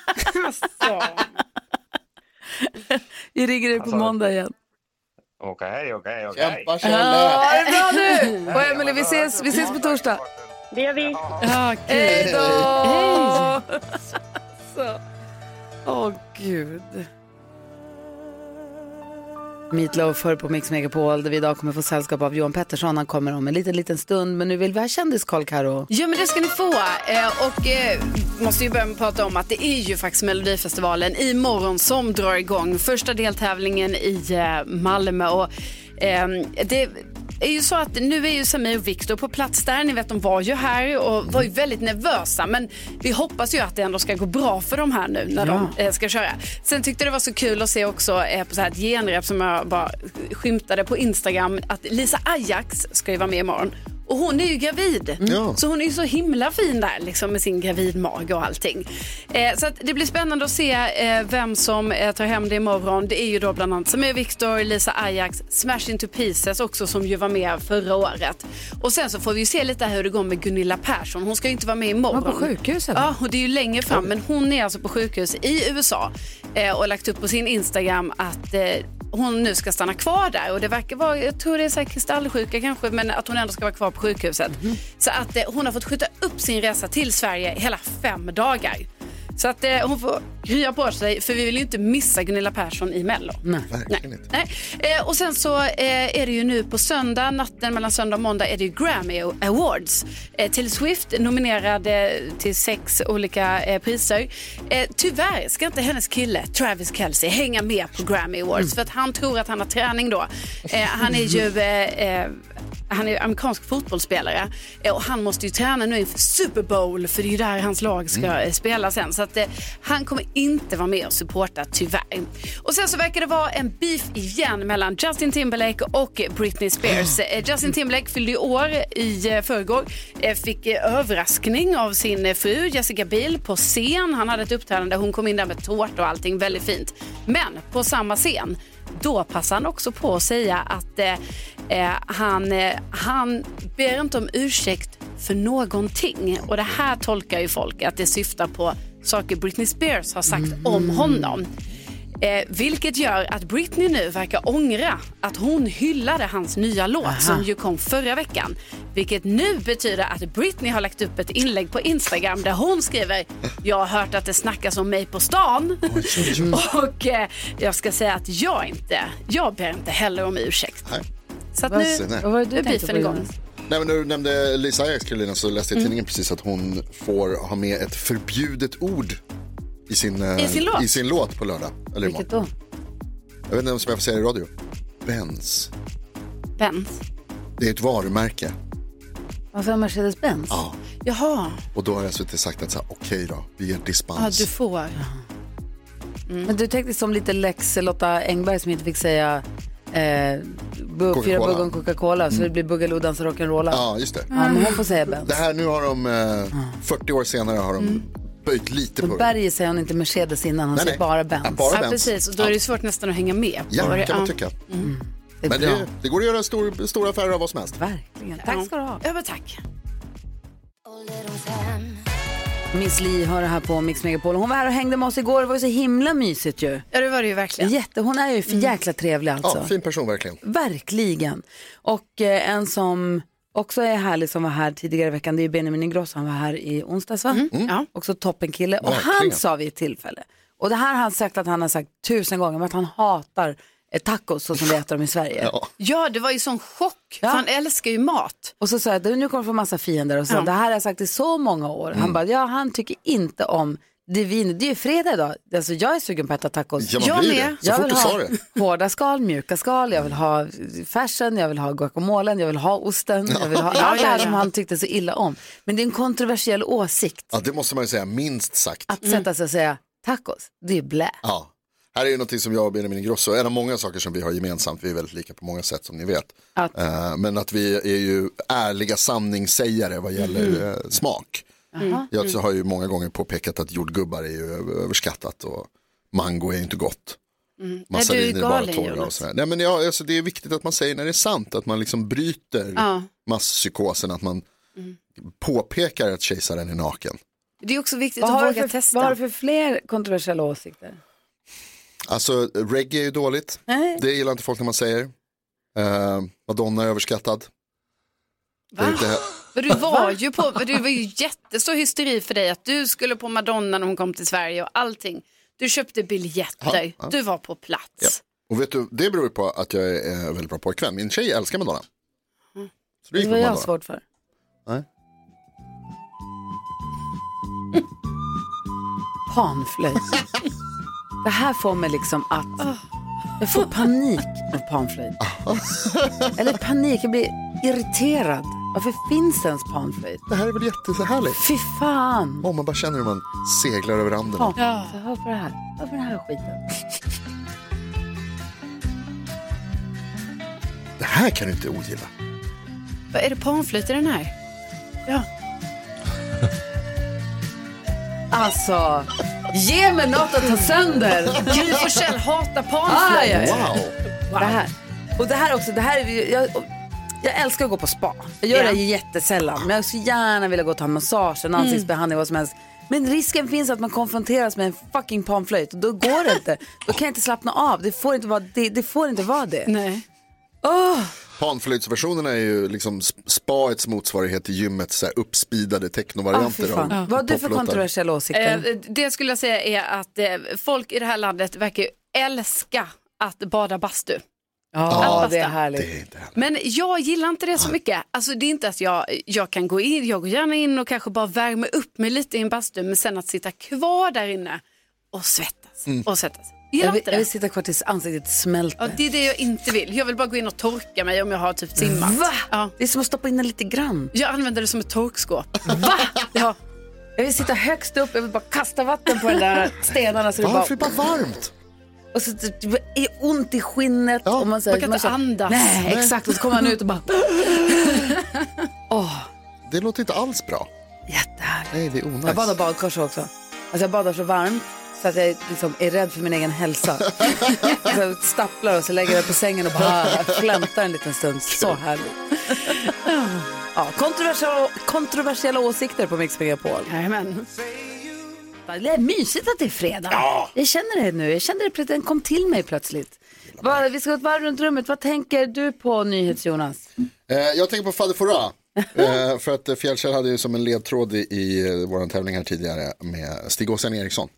[SPEAKER 9] *laughs* Alltså,
[SPEAKER 1] Vi ringer dig på
[SPEAKER 9] Alltså.
[SPEAKER 1] måndag igen.
[SPEAKER 9] Okej, okej, okej.
[SPEAKER 3] Kämpa
[SPEAKER 1] Ja,
[SPEAKER 3] Kjelle!
[SPEAKER 1] ha det bra nu! Och Emily, vi ses, vi ses på torsdag.
[SPEAKER 10] Det gör vi.
[SPEAKER 2] Ja, gud.
[SPEAKER 1] Hej då!
[SPEAKER 2] Hej.
[SPEAKER 1] Så. Åh, gud. Meatloaf hör på Mix Megapol där vi idag kommer få sällskap av Johan Pettersson. Han kommer om en liten, liten stund. Men nu vill vi ha kändiskoll, Karo.
[SPEAKER 2] Ja, men det ska ni få. Eh, och eh, måste ju börja med att prata om att det är ju faktiskt Melodifestivalen imorgon som drar igång. Första deltävlingen i eh, Malmö. Och, ehm, det är ju så att nu är ju Samir och Viktor på plats där. Ni vet, de var ju här och var ju väldigt nervösa. Men vi hoppas ju att det ändå ska gå bra för dem här nu när de eh, ska köra. Sen tyckte jag det var så kul att se också eh, på så här ett genrep som jag bara skymtade på Instagram att Lisa Ajax ska ju vara med imorgon. Och hon är ju gravid.
[SPEAKER 3] Ja.
[SPEAKER 2] Så hon är ju så himla fin där liksom, med sin gravidmage och allting. Eh, så att det blir spännande att se eh, vem som eh, tar hem det imorgon. Det är ju då bland annat Samir Viktor, Lisa Ajax, Smash Into Pieces också som ju var med förra året. Och sen så får vi ju se lite hur det går med Gunilla Persson. Hon ska ju inte vara med imorgon.
[SPEAKER 1] Hon var på sjukhuset, va?
[SPEAKER 2] Ja, och det är ju längre fram. Men hon är alltså på sjukhus i USA eh, och har lagt upp på sin Instagram att eh, hon nu ska stanna kvar där och det verkar vara, jag tror det är så här kristallsjuka kanske, men att hon ändå ska vara kvar på sjukhuset.
[SPEAKER 3] Mhm.
[SPEAKER 2] Så att eh, hon har fått skjuta upp sin resa till Sverige hela fem dagar. Så att eh, hon får krya på sig, för vi vill ju inte missa Gunilla Persson i Mello.
[SPEAKER 3] Verkligen inte.
[SPEAKER 2] Nej. Eh, och sen så eh, är det ju nu på söndag, natten mellan söndag och måndag är det ju Grammy Awards. Eh, till Swift nominerad eh, till sex olika eh, priser. Eh, tyvärr ska inte hennes kille Travis Kelce hänga med på Grammy Awards för att han tror att han har träning då. Eh, han är ju eh, eh, han är ju amerikansk fotbollsspelare eh, och han måste ju träna nu inför Super Bowl för det är ju där hans lag ska eh, spela sen. Så att, eh, han kommer inte vara med och supporta tyvärr. Och sen så verkar det vara en beef igen mellan Justin Timberlake och Britney Spears. Eh, Justin Timberlake fyllde ju år i eh, förrgår. Eh, Fick eh, överraskning av sin eh, fru Jessica Biel på scen. Han hade ett uppträdande, hon kom in där med tårta och allting väldigt fint. Men på samma scen då passar han också på att säga att eh, eh, han, eh, han ber inte om ursäkt för någonting. Och det här tolkar ju folk att det syftar på saker Britney Spears har sagt om honom. Eh, vilket gör att Britney nu verkar ångra att hon hyllade hans nya låt som ju kom förra veckan. Vilket nu betyder att Britney har lagt upp ett inlägg på Instagram där hon skriver “Jag har hört att det snackas om mig på stan” *laughs* och eh, jag ska säga att jag inte, jag ber inte heller om ursäkt.
[SPEAKER 3] Nej.
[SPEAKER 2] Så att nu,
[SPEAKER 3] Nej.
[SPEAKER 1] Vad var det du
[SPEAKER 2] nu är
[SPEAKER 1] tänkte
[SPEAKER 2] beefen
[SPEAKER 1] på,
[SPEAKER 2] igång.
[SPEAKER 1] Jonas?
[SPEAKER 3] Nej, men när du nämnde Lisa Ajax, Karolina, så läste jag i tidningen precis att hon får ha med ett förbjudet ord i sin, eh,
[SPEAKER 2] I sin låt?
[SPEAKER 3] i sin låt på lördag. Eller
[SPEAKER 1] Vilket
[SPEAKER 3] imorgon.
[SPEAKER 1] då?
[SPEAKER 3] Jag vet inte om jag får säga det i radio. Benz.
[SPEAKER 2] Benz.
[SPEAKER 3] Det är ett varumärke.
[SPEAKER 1] Varför Mercedes-Benz?
[SPEAKER 3] Ja.
[SPEAKER 2] Jaha,
[SPEAKER 3] Och då har SVT sagt att så här, okej då, vi ger
[SPEAKER 2] ja,
[SPEAKER 3] dispens.
[SPEAKER 2] du får.
[SPEAKER 1] Men du tänkte som lite Lex Lotta Engberg som inte fick säga eh, bu- fyra
[SPEAKER 3] Coca-Cola. Mm.
[SPEAKER 1] bugg och en Coca-Cola så det blir Boogaloo dansa rock'n'rolla. Ja.
[SPEAKER 3] Ja, just det.
[SPEAKER 1] men hon får säga Benz.
[SPEAKER 3] Det här nu har de, eh, 40 år senare har de böjt lite på
[SPEAKER 1] Så
[SPEAKER 3] det.
[SPEAKER 1] Berger säger hon inte Mercedes innan, han
[SPEAKER 3] Nej,
[SPEAKER 1] säger
[SPEAKER 3] nej.
[SPEAKER 1] bara
[SPEAKER 3] Ja,
[SPEAKER 1] Benz.
[SPEAKER 3] bara
[SPEAKER 2] Ja,
[SPEAKER 3] Benz.
[SPEAKER 2] precis. Och då är det ju svårt nästan att hänga med. på
[SPEAKER 3] Ja,
[SPEAKER 2] vad det-
[SPEAKER 3] kan man tycka.
[SPEAKER 1] Det är
[SPEAKER 3] Men
[SPEAKER 1] bra.
[SPEAKER 3] det, det går att göra en stor, stor affär av vad som helst.
[SPEAKER 1] Verkligen. Tack ska du ha.
[SPEAKER 2] Ja, men tack.
[SPEAKER 1] Miss Li hör det här på Mix Megapol. Hon var här och hängde med oss igår. Det var ju så himla mysigt ju.
[SPEAKER 2] Ja, det var det ju verkligen.
[SPEAKER 1] Jätte, hon är ju för jäkla trevlig alltså.
[SPEAKER 3] Mm. Ja, fin person verkligen.
[SPEAKER 1] Verkligen. Och eh, en som också är härlig som var här tidigare i veckan, det är ju Benjamin Ingrosso. Han var här i onsdags va?
[SPEAKER 2] Ja.
[SPEAKER 1] Också toppenkille. Och han
[SPEAKER 3] Mm. Verkligen.
[SPEAKER 1] sa vid ett tillfälle, och det här har han sagt att han har sagt tusen gånger, men att han hatar eh, tacos så som vi äter dem i Sverige.
[SPEAKER 3] Ja.
[SPEAKER 2] ja, det var ju sån chock.
[SPEAKER 1] Ja.
[SPEAKER 2] För han älskar ju mat.
[SPEAKER 1] Och så sa jag, du, nu kommer du få massa fiender. Och så,
[SPEAKER 2] Ja.
[SPEAKER 1] Det här har jag sagt i så många år.
[SPEAKER 3] Mm.
[SPEAKER 1] Han bara, ja han tycker inte om det vin. Det är ju fredag idag. Alltså jag är sugen på att äta tacos.
[SPEAKER 3] Ja, man
[SPEAKER 2] Jag
[SPEAKER 3] blir
[SPEAKER 2] med.
[SPEAKER 3] det. Så
[SPEAKER 1] Jag
[SPEAKER 3] fort
[SPEAKER 1] vill
[SPEAKER 3] du sa
[SPEAKER 1] ha
[SPEAKER 3] det.
[SPEAKER 1] hårda skal, mjuka skal, jag vill ha färsen, jag vill ha guacamolen, jag vill ha osten, jag vill ha allt det här
[SPEAKER 2] ja,
[SPEAKER 1] som
[SPEAKER 2] ja.
[SPEAKER 1] han tyckte så illa om. Men det är en kontroversiell åsikt
[SPEAKER 3] Ja, det måste man ju säga, minst sagt.
[SPEAKER 1] att
[SPEAKER 2] Mm.
[SPEAKER 1] sätta sig och säga tacos, det är blä.
[SPEAKER 3] Ja. Här är ju någonting som jag och Benjamin Ingrosso, en av många saker som vi har gemensamt, vi är väldigt lika på många sätt som ni vet.
[SPEAKER 1] Att-
[SPEAKER 3] Eh, Men att vi är ju ärliga sanningssägare vad gäller
[SPEAKER 2] Mm.
[SPEAKER 3] eh, smak. Jag har ju många gånger påpekat att jordgubbar är ju ö- överskattat och mango är ju inte gott.
[SPEAKER 2] Mm. Nej,
[SPEAKER 3] Mazariner
[SPEAKER 2] du
[SPEAKER 3] är
[SPEAKER 2] är
[SPEAKER 3] bara
[SPEAKER 2] galen,
[SPEAKER 3] torra och
[SPEAKER 2] Jonas.
[SPEAKER 3] sådär. Nej men ja, alltså, det är viktigt att man säger när det är sant, att man liksom bryter
[SPEAKER 2] Ja. Mm.
[SPEAKER 3] masspsykosen, att man påpekar att kejsaren är naken.
[SPEAKER 2] Det är också viktigt
[SPEAKER 1] Vad
[SPEAKER 2] att
[SPEAKER 1] har,
[SPEAKER 2] våga
[SPEAKER 1] du för,
[SPEAKER 2] testa.
[SPEAKER 1] vad har du för fler kontroversiella åsikter?
[SPEAKER 3] Alltså reggae är ju dåligt.
[SPEAKER 1] Nej.
[SPEAKER 3] Det gillar inte folk när man säger. Eh, Madonna är överskattad. Det är
[SPEAKER 2] Va?
[SPEAKER 3] inte,
[SPEAKER 2] För du var ju på, för det var ju jättestor hysteri för dig att du skulle på Madonna när hon kom till Sverige och allting. Du köpte biljetter,
[SPEAKER 3] Ja, ja.
[SPEAKER 2] du var på plats.
[SPEAKER 3] och vet du, det beror ju på att jag är en väldigt bra pojkvän. Min tjej älskar Madonna. Så det
[SPEAKER 1] Mm. Det
[SPEAKER 3] gick
[SPEAKER 1] var
[SPEAKER 3] på
[SPEAKER 1] jag
[SPEAKER 3] Madonna.
[SPEAKER 1] svårt för.
[SPEAKER 3] Nej.
[SPEAKER 1] Panflöjt. Det här får mig liksom att... Jag får panik av panflöjt. Eller panik, jag blir irriterad. Varför finns det ens panflöjt?
[SPEAKER 3] Det här är väl jättehärligt.
[SPEAKER 1] Fy fan!
[SPEAKER 3] Om man bara känner hur man seglar över randen.
[SPEAKER 1] Ja. Så hör på det här. Hör på den här skiten.
[SPEAKER 3] Det här kan du inte ogilla.
[SPEAKER 2] Vad Är det panflöjt i den här? Ja.
[SPEAKER 1] Alltså, ge mig något att ta sönder! Ah,
[SPEAKER 2] Gry Forssell hatar
[SPEAKER 1] Aj,
[SPEAKER 2] panflöjt.
[SPEAKER 1] aj, aj.
[SPEAKER 3] Wow.
[SPEAKER 1] Det här. Och det här också, det här är, ju- jag, jag älskar att gå på spa. Jag gör
[SPEAKER 2] Ja. Mm.
[SPEAKER 1] det jättesällan, men jag skulle gärna vilja gå och ta en massage, en ansiktsbehandling, vad som helst. Men risken finns att man konfronteras med en fucking panflöjt och då går det
[SPEAKER 2] *laughs*
[SPEAKER 1] inte. Då kan jag inte slappna av. Det får inte vara det. det, får inte vara det.
[SPEAKER 2] Nej.
[SPEAKER 3] Panflöjtsversionerna är ju liksom sp- spaets motsvarighet till gymmets så här uppspeedade
[SPEAKER 1] Ah, fy
[SPEAKER 3] technovarianter.
[SPEAKER 1] fan.
[SPEAKER 3] av
[SPEAKER 1] Vad har du för
[SPEAKER 3] poplåtar.
[SPEAKER 1] kontroversiella åsikter?
[SPEAKER 2] Eh, det jag skulle jag säga är att eh, folk i det här landet verkar ju älska att bada bastu.
[SPEAKER 1] Ja,
[SPEAKER 2] allt
[SPEAKER 1] det är
[SPEAKER 2] fasta.
[SPEAKER 1] härligt.
[SPEAKER 3] Det är inte härligt.
[SPEAKER 2] Men jag gillar inte
[SPEAKER 1] Ah.
[SPEAKER 2] det så mycket. Alltså det är inte att jag, jag kan gå in, jag går gärna in och kanske bara värma upp mig lite i en bastu, men sen att sitta kvar där inne och svettas och svettas. Jag
[SPEAKER 1] Mm. Jag
[SPEAKER 2] gillar
[SPEAKER 1] vill,
[SPEAKER 2] inte
[SPEAKER 1] jag
[SPEAKER 2] det.
[SPEAKER 1] vill sitta kvar tills ansiktet
[SPEAKER 2] Ja,
[SPEAKER 1] smälter.
[SPEAKER 2] det är det jag inte vill. Jag vill bara gå in och torka mig om jag har typ simmat.
[SPEAKER 1] Va?
[SPEAKER 2] Ja.
[SPEAKER 1] Det är som att stoppa in den lite grann.
[SPEAKER 2] Jag använder det som ett torkskåp. Va? Ja.
[SPEAKER 1] Jag vill sitta högst upp, jag vill bara kasta vatten på
[SPEAKER 2] *laughs*
[SPEAKER 1] de där stenarna så det bara
[SPEAKER 3] Varför är det bara varmt?
[SPEAKER 1] Och så typ, det är ont i skinnet.
[SPEAKER 3] Ja,
[SPEAKER 1] och man, säger,
[SPEAKER 2] man kan
[SPEAKER 1] man
[SPEAKER 2] inte
[SPEAKER 1] säger,
[SPEAKER 2] andas.
[SPEAKER 1] Nej,
[SPEAKER 2] Nej.
[SPEAKER 1] exakt. Och så kommer man ut och bara,
[SPEAKER 3] Det låter inte alls bra.
[SPEAKER 1] jättehärligt.
[SPEAKER 3] Nej, det är onajs.
[SPEAKER 1] Jag badar badkors också. Alltså jag badar så varmt så att jag liksom är rädd för min
[SPEAKER 2] *laughs*
[SPEAKER 1] egen hälsa. så jag stapplar och så lägger jag på sängen och bara flämtar en liten stund. Så härligt. ja, kontroversiella, kontroversiella åsikter på Mix Megapol.
[SPEAKER 2] Jajamän.
[SPEAKER 1] Det är mysigt att det är fredag. Jag känner det nu. Jag känner det plötsligt. Den kom till mig plötsligt. Vad- vi ska gå ett varv runt rummet. Vad tänker du på NyhetsJonas?
[SPEAKER 3] Eh, jag tänker på Fader Fora. Eh, för att eh, Fjällkäll hade ju som en ledtråd i, i eh, våran tävling här tidigare med Stig-Åsen Eriksson.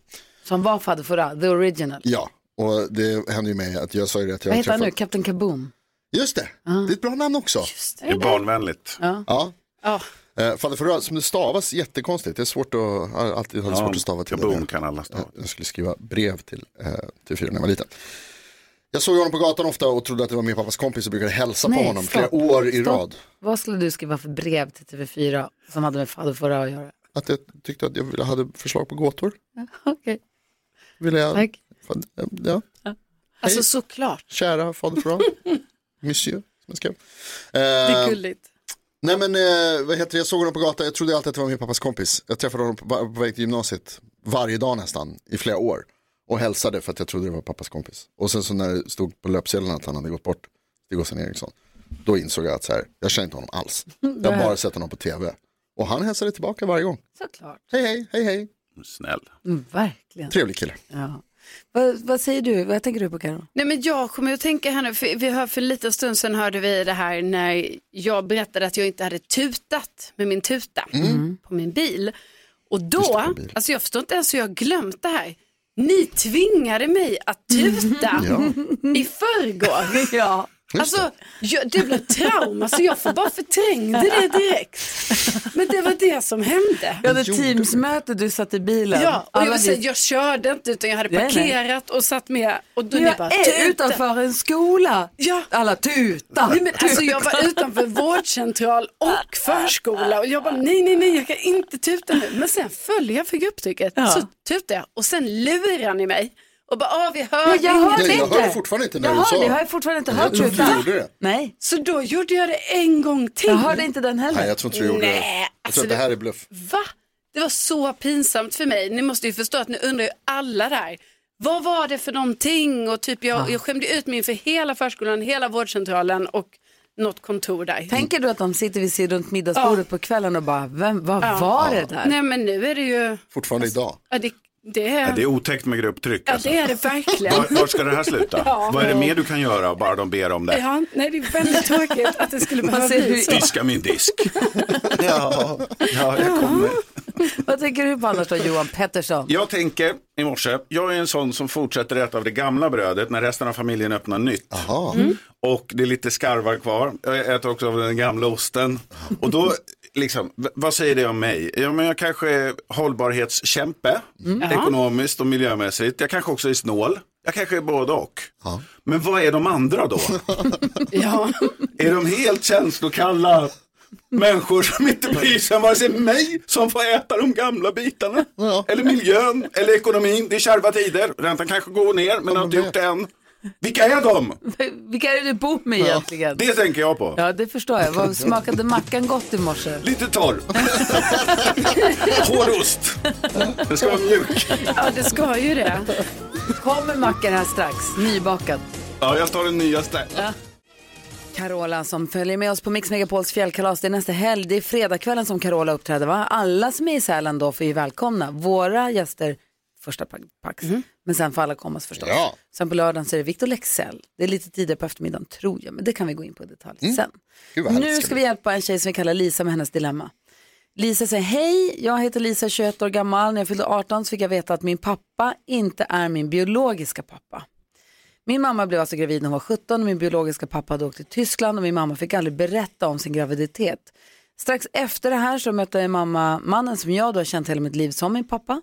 [SPEAKER 1] Som var Fader Fora, the original.
[SPEAKER 3] Ja, och det hände ju mig att jag sa ju det att jag
[SPEAKER 1] Vad heter han
[SPEAKER 3] träffat-
[SPEAKER 1] nu? Kapten Kaboom?
[SPEAKER 3] Just det, det är ett bra namn också.
[SPEAKER 11] Det är barnvänligt.
[SPEAKER 3] Ja.
[SPEAKER 2] Ja.
[SPEAKER 3] Eh, Fader Fora, som det stavas jättekonstigt. Det är svårt att, jag har alltid haft svårt att stava till det.
[SPEAKER 11] Kaboom kan alla stava.
[SPEAKER 3] eh, Jag skulle skriva brev till, eh, till fyra när jag var liten. Jag såg honom på gatan ofta och trodde att det var min pappas kompis och brukade hälsa på honom flera år i
[SPEAKER 4] stopp.
[SPEAKER 3] rad.
[SPEAKER 4] Vad skulle du skriva för brev till TV4 som hade med faderfåra att
[SPEAKER 1] *laughs*
[SPEAKER 4] göra?
[SPEAKER 3] Att jag tyckte att jag ville- hade förslag på gåtor.
[SPEAKER 4] Okej,
[SPEAKER 3] Ville jag...
[SPEAKER 4] tack.
[SPEAKER 3] Fan, Ja.
[SPEAKER 2] Alltså såklart.
[SPEAKER 3] Kära fader Ferran. Monsieur. som jag skrev.
[SPEAKER 2] Det är
[SPEAKER 3] Eh,
[SPEAKER 2] gulligt.
[SPEAKER 3] nej men eh, vad heter det? jag såg honom på gatan, jag trodde alltid att det var min pappas kompis. Jag träffade honom på, på väg till gymnasiet varje dag nästan i flera år. Och hälsade för att jag trodde det var pappas kompis. Och sen så när det stod på löpsedeln att han hade gått bort, Stig Åsen Eriksson, då insåg jag att så här, jag känner inte honom alls. Jag har bara sett honom på tv. Och han hälsade tillbaka varje gång.
[SPEAKER 4] Såklart.
[SPEAKER 3] Hej hej, hej hej.
[SPEAKER 12] Snäll.
[SPEAKER 4] Mm, verkligen.
[SPEAKER 3] Trevlig kille.
[SPEAKER 4] Ja. Vad, vad säger du? Vad tänker du på
[SPEAKER 1] *laughs*
[SPEAKER 4] Karo?
[SPEAKER 2] Nej, men jag kommer att tänka här nu, för vi hör för en liten stund sedan hörde vi det här när jag berättade att jag inte hade tutat med min tuta på min bil. Och
[SPEAKER 3] Mm. Just det,
[SPEAKER 2] då,
[SPEAKER 3] på bil.
[SPEAKER 2] alltså jag förstår inte ens hur jag har glömt det här. Ni tvingade mig att tuta
[SPEAKER 3] *laughs* Ja.
[SPEAKER 2] i förrgår.
[SPEAKER 4] Ja.
[SPEAKER 2] Alltså, jag, det blev trauma så jag får bara förträngde
[SPEAKER 3] *laughs*
[SPEAKER 2] det direkt. Men det var det som hände.
[SPEAKER 1] Vi hade
[SPEAKER 3] Vad gjorde
[SPEAKER 1] Teamsmöte, du satt i bilen.
[SPEAKER 2] Ja, och jag,
[SPEAKER 1] Alla
[SPEAKER 2] vill säga,
[SPEAKER 1] vi-
[SPEAKER 2] jag körde inte utan jag hade
[SPEAKER 1] Nej, nej.
[SPEAKER 2] parkerat och satt med och då ni
[SPEAKER 1] jag
[SPEAKER 2] bara
[SPEAKER 1] är
[SPEAKER 2] "Tuta."
[SPEAKER 1] utanför en skola.
[SPEAKER 2] Ja.
[SPEAKER 1] Alla tuta.
[SPEAKER 2] Nej, men alltså jag var utanför vårdcentral
[SPEAKER 1] *laughs*
[SPEAKER 2] och förskola och jag bara nej, nej, nej, jag kan inte tuta nu. Men sen följde jag figupptrycket
[SPEAKER 1] Ja.
[SPEAKER 2] så tutade jag och sen lurar ni mig och bara, ah, vi hör
[SPEAKER 1] jag
[SPEAKER 2] inget."
[SPEAKER 1] hörde
[SPEAKER 3] Jag, jag
[SPEAKER 1] inte.
[SPEAKER 3] hörde fortfarande inte när
[SPEAKER 1] jag
[SPEAKER 3] du sa
[SPEAKER 1] hörde, jag har
[SPEAKER 3] det.
[SPEAKER 1] fortfarande inte
[SPEAKER 3] Jag
[SPEAKER 1] hört
[SPEAKER 3] tror inte du
[SPEAKER 1] tuta.
[SPEAKER 3] gjorde det.
[SPEAKER 1] Nej,
[SPEAKER 2] Så då gjorde jag det en gång till.
[SPEAKER 1] jag hörde inte den heller.
[SPEAKER 3] Nej, jag tror inte du gjorde det.
[SPEAKER 2] Nej,
[SPEAKER 3] Jag tror
[SPEAKER 2] alltså
[SPEAKER 3] att det
[SPEAKER 2] det-
[SPEAKER 3] här är bluff.
[SPEAKER 2] Va? Det var så pinsamt för mig. Ni måste ju förstå att nu undrar ju alla där. Vad var det för någonting? Och typ jag, jag skämde ut mig inför hela förskolan, hela vårdcentralen och något kontor där.
[SPEAKER 1] Tänker du att de sitter vid sidan runt middagsbordet på kvällen och bara, vem, vad var det där?
[SPEAKER 2] Nej men nu är det ju,
[SPEAKER 3] Fortfarande idag.
[SPEAKER 2] ja, det, det,
[SPEAKER 12] Ja, det är otäckt med grupptryck.
[SPEAKER 2] ja,
[SPEAKER 12] Alltså.
[SPEAKER 2] det är det verkligen.
[SPEAKER 12] Var, var ska det här
[SPEAKER 2] *laughs*
[SPEAKER 12] sluta? Vad är det mer du kan göra bara de ber om det?
[SPEAKER 2] Ja, nej, det är väldigt tråkigt att det skulle behöva
[SPEAKER 1] ser
[SPEAKER 2] bli
[SPEAKER 1] hur-
[SPEAKER 2] så.
[SPEAKER 12] Diska min
[SPEAKER 2] *laughs*
[SPEAKER 12] disk. ja, ja, jag kommer.
[SPEAKER 1] Vad tänker du på annars då Johan Pettersson?
[SPEAKER 12] Jag tänker i morse, jag är en sån som fortsätter äta av det gamla brödet när resten av familjen öppnar nytt.
[SPEAKER 3] Jaha.
[SPEAKER 2] Mm.
[SPEAKER 12] Och det är lite skarvar kvar. Jag äter också av den gamla osten. Och då, liksom, v- vad säger det om mig? Ja, men jag kanske är hållbarhetskämpe, Mm. ekonomiskt och miljömässigt. Jag kanske också är snål. Jag kanske är både och.
[SPEAKER 3] Ja.
[SPEAKER 12] Men vad är de andra då?
[SPEAKER 2] Ja.
[SPEAKER 12] är de helt känslokalla människor som inte bryr sig om vare sig mig som får äta de gamla bitarna?
[SPEAKER 3] Ja.
[SPEAKER 12] Eller miljön, eller ekonomin. Det är kärva tider. Räntan kanske går ner, men jag har inte
[SPEAKER 3] men-
[SPEAKER 12] gjort det än. Vilka är de?
[SPEAKER 1] Vilka är det du bor med egentligen?
[SPEAKER 12] Det tänker jag på.
[SPEAKER 1] Ja, det förstår jag. Vad smakade mackan gott i morse?
[SPEAKER 12] Lite torr. *laughs* Hård ost. Den ska vara mjuk.
[SPEAKER 2] ja, det ska ju det.
[SPEAKER 1] Kommer mackan här strax, nybakad.
[SPEAKER 12] Ja, jag tar den nyaste.
[SPEAKER 1] Carola som följer med oss på Mix Megapols fjällkalas. Det är nästa helg, det är fredagskvällen som Carola uppträder va? Alla som är i Sälen då får ju välkomna. Våra gäster första pa- pax,
[SPEAKER 2] Mm.
[SPEAKER 1] men sen får alla komma förstås.
[SPEAKER 3] Ja.
[SPEAKER 1] Sen på lördagen så är det Victor Lexell. Det är lite tidigare på eftermiddagen tror jag, men det kan vi gå in på i detalj sen.
[SPEAKER 3] Gud, vad härligt
[SPEAKER 1] nu
[SPEAKER 3] ska
[SPEAKER 1] ska
[SPEAKER 3] bli.
[SPEAKER 1] vi hjälpa en tjej som vi kallar Lisa med hennes dilemma. Lisa säger hej, jag heter Lisa, 21 år gammal. När jag fyllde 18 så fick jag veta att min pappa inte är min biologiska pappa. Min mamma blev alltså gravid när hon var 17 och min biologiska pappa hade åkt till Tyskland och min mamma fick aldrig berätta om sin graviditet. Strax efter det här så mötte jag mamma mannen som jag då har känt hela mitt liv som min pappa.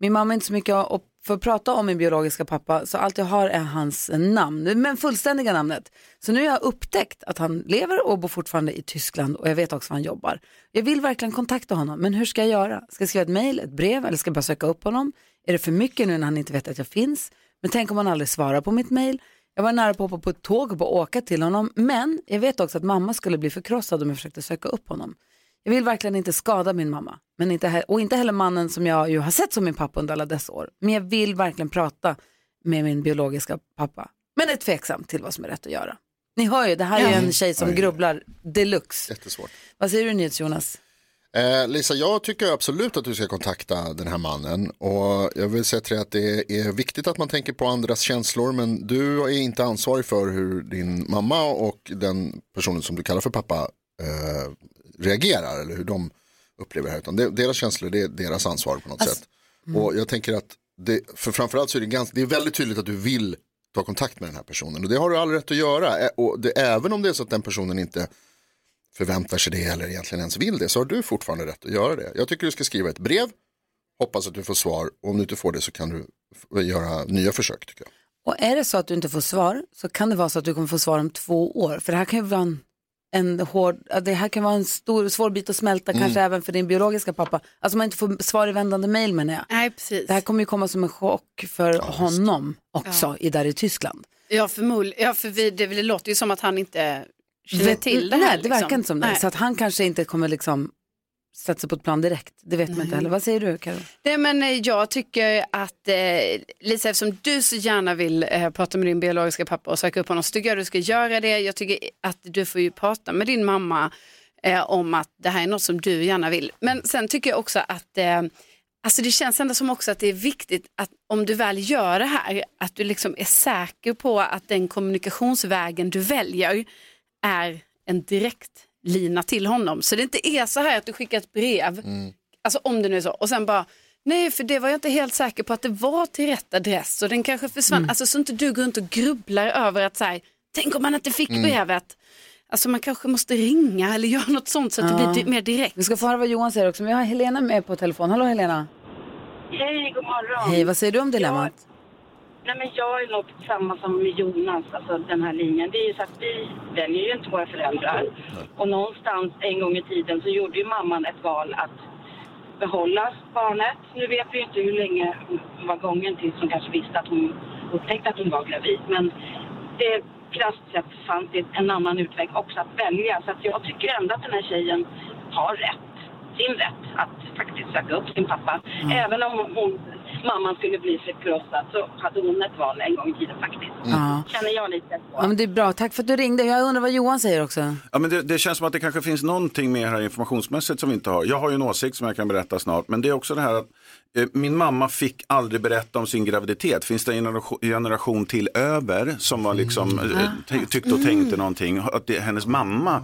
[SPEAKER 1] Min mamma är inte så mycket att för att prata om min biologiska pappa så allt jag har är hans namn, men fullständiga namnet. Så nu har jag upptäckt att han lever och bor fortfarande i Tyskland och jag vet också var han jobbar. Jag vill verkligen kontakta honom, men hur ska jag göra? Ska jag skriva ett mejl, ett brev eller ska jag bara söka upp honom? Är det för mycket nu när han inte vet att jag finns? Men tänk om han aldrig svarar på mitt mejl? Jag var nära på att hoppa på ett tåg och bara åka till honom, men jag vet också att mamma skulle bli förkrossad om jag försökte söka upp honom. Jag vill verkligen inte skada min mamma. Men inte he- och inte heller mannen som jag ju har sett som min pappa under alla dessa år. Men jag vill verkligen prata med min biologiska pappa. Men är tveksam till vad som är rätt att göra. Ni hör ju, det här är ju en tjej som grubblar deluxe.
[SPEAKER 3] Jättesvårt.
[SPEAKER 1] Vad säger du Nils Jonas?
[SPEAKER 3] Eh, Lisa, jag tycker absolut att du ska kontakta den här mannen och jag vill säga till dig att det är viktigt att man tänker på andras känslor men du är inte ansvarig för hur din mamma och den personen som du kallar för pappa eh, reagerar eller hur de upplever det här utan det, deras känslor det är deras ansvar på något sätt. Och jag tänker att det, för framförallt så är det, ganska, det är väldigt tydligt att du vill ta kontakt med den här personen och det har du all rätt att göra Ä- och det, även om det är så att den personen inte förväntar sig det eller egentligen ens vill det så har du fortfarande rätt att göra det. Jag tycker du ska skriva ett brev, hoppas att du får svar och om du inte får det så kan du f- göra nya försök tycker jag.
[SPEAKER 1] Och är det så att du inte får svar så kan det vara så att du kommer få svar om två år. För det här kan ju vara en, en hård, ja, det här kan vara en stor, svår bit att smälta
[SPEAKER 2] Mm.
[SPEAKER 1] kanske även för din biologiska pappa. Alltså man inte får svar i vändande mejl menar jag.
[SPEAKER 2] Nej, precis.
[SPEAKER 1] Det här kommer ju komma som en chock för honom också i, där i Tyskland.
[SPEAKER 2] Ja, förmodligen. Ja, för vi, det, det låter ju som att han inte känner
[SPEAKER 1] Vet-
[SPEAKER 2] till det här.
[SPEAKER 1] Nej, det verkar
[SPEAKER 2] liksom.
[SPEAKER 1] inte som det.
[SPEAKER 2] Nej.
[SPEAKER 1] Så att han kanske inte kommer liksom sätta sig på ett plan direkt. Det vet man inte heller. Vad säger du Karo?
[SPEAKER 2] Nej, men eh, jag tycker att eh, Lisa, eftersom du så gärna vill eh, prata med din biologiska pappa och söka upp honom så tycker jag du ska göra det. Jag tycker att du får ju prata med din mamma eh, om att det här är något som du gärna vill. Men sen tycker jag också att eh, Alltså det känns ändå som också att det är viktigt att om du väl gör det här, att du liksom är säker på att den kommunikationsvägen du väljer är en direkt lina till honom. Så det inte är så här att du skickar ett brev Alltså om det nu är så. Och sen bara, nej för det var jag inte helt säker på att det var till rätt adress och den kanske försvann.
[SPEAKER 13] Mm.
[SPEAKER 2] Alltså så inte du går runt och grubblar över att så här, tänk om man inte fick
[SPEAKER 1] Mm.
[SPEAKER 2] brevet. Alltså man kanske måste ringa eller göra något sånt så att det
[SPEAKER 1] Ja.
[SPEAKER 2] blir di- mer direkt.
[SPEAKER 1] Vi ska få höra vad Johan säger också. Men jag har Helena med på telefon. Hallå Helena.
[SPEAKER 14] Hej, god morgon.
[SPEAKER 1] Hej, vad säger du om dilemmat?
[SPEAKER 14] Nej, men jag är nog samma som med Jonas, alltså den här linjen. Det är ju så att vi väljer ju inte våra föräldrar. Och någonstans en gång i tiden så gjorde ju mamman ett val att behålla barnet. Nu vet vi ju inte hur länge hon var gången tills hon kanske visste att hon upptäckte att hon var gravid. Men det krasst sett fanns det en annan utväg också att välja. Så att jag tycker ändå att den här tjejen har rätt, sin rätt att faktiskt söka upp sin pappa. Även om hon, mamman skulle bli förkrossad så hade hon ett val en gång i tiden faktiskt.
[SPEAKER 2] Mm.
[SPEAKER 1] Ja.
[SPEAKER 14] Känner jag lite på.
[SPEAKER 1] Ja, men det är bra. Tack för att du ringde. Jag undrar vad Johan säger också.
[SPEAKER 12] Ja, men det, det känns som att det kanske finns någonting mer här informationsmässigt som vi inte har. Jag har ju en åsikt som jag kan berätta snart, men det är också det här att eh, min mamma fick aldrig berätta om sin graviditet. Finns det en generation- generation till över som var liksom, eh,
[SPEAKER 15] Ah.
[SPEAKER 12] ty- tyckte och tänkte någonting? Att det, hennes mamma